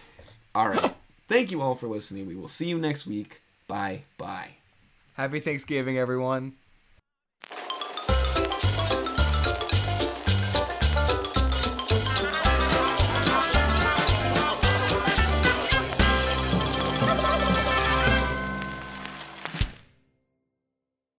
[SPEAKER 2] [LAUGHS]
[SPEAKER 1] all right. Thank you all for listening. We will see you next week. Bye bye.
[SPEAKER 2] Happy Thanksgiving, everyone.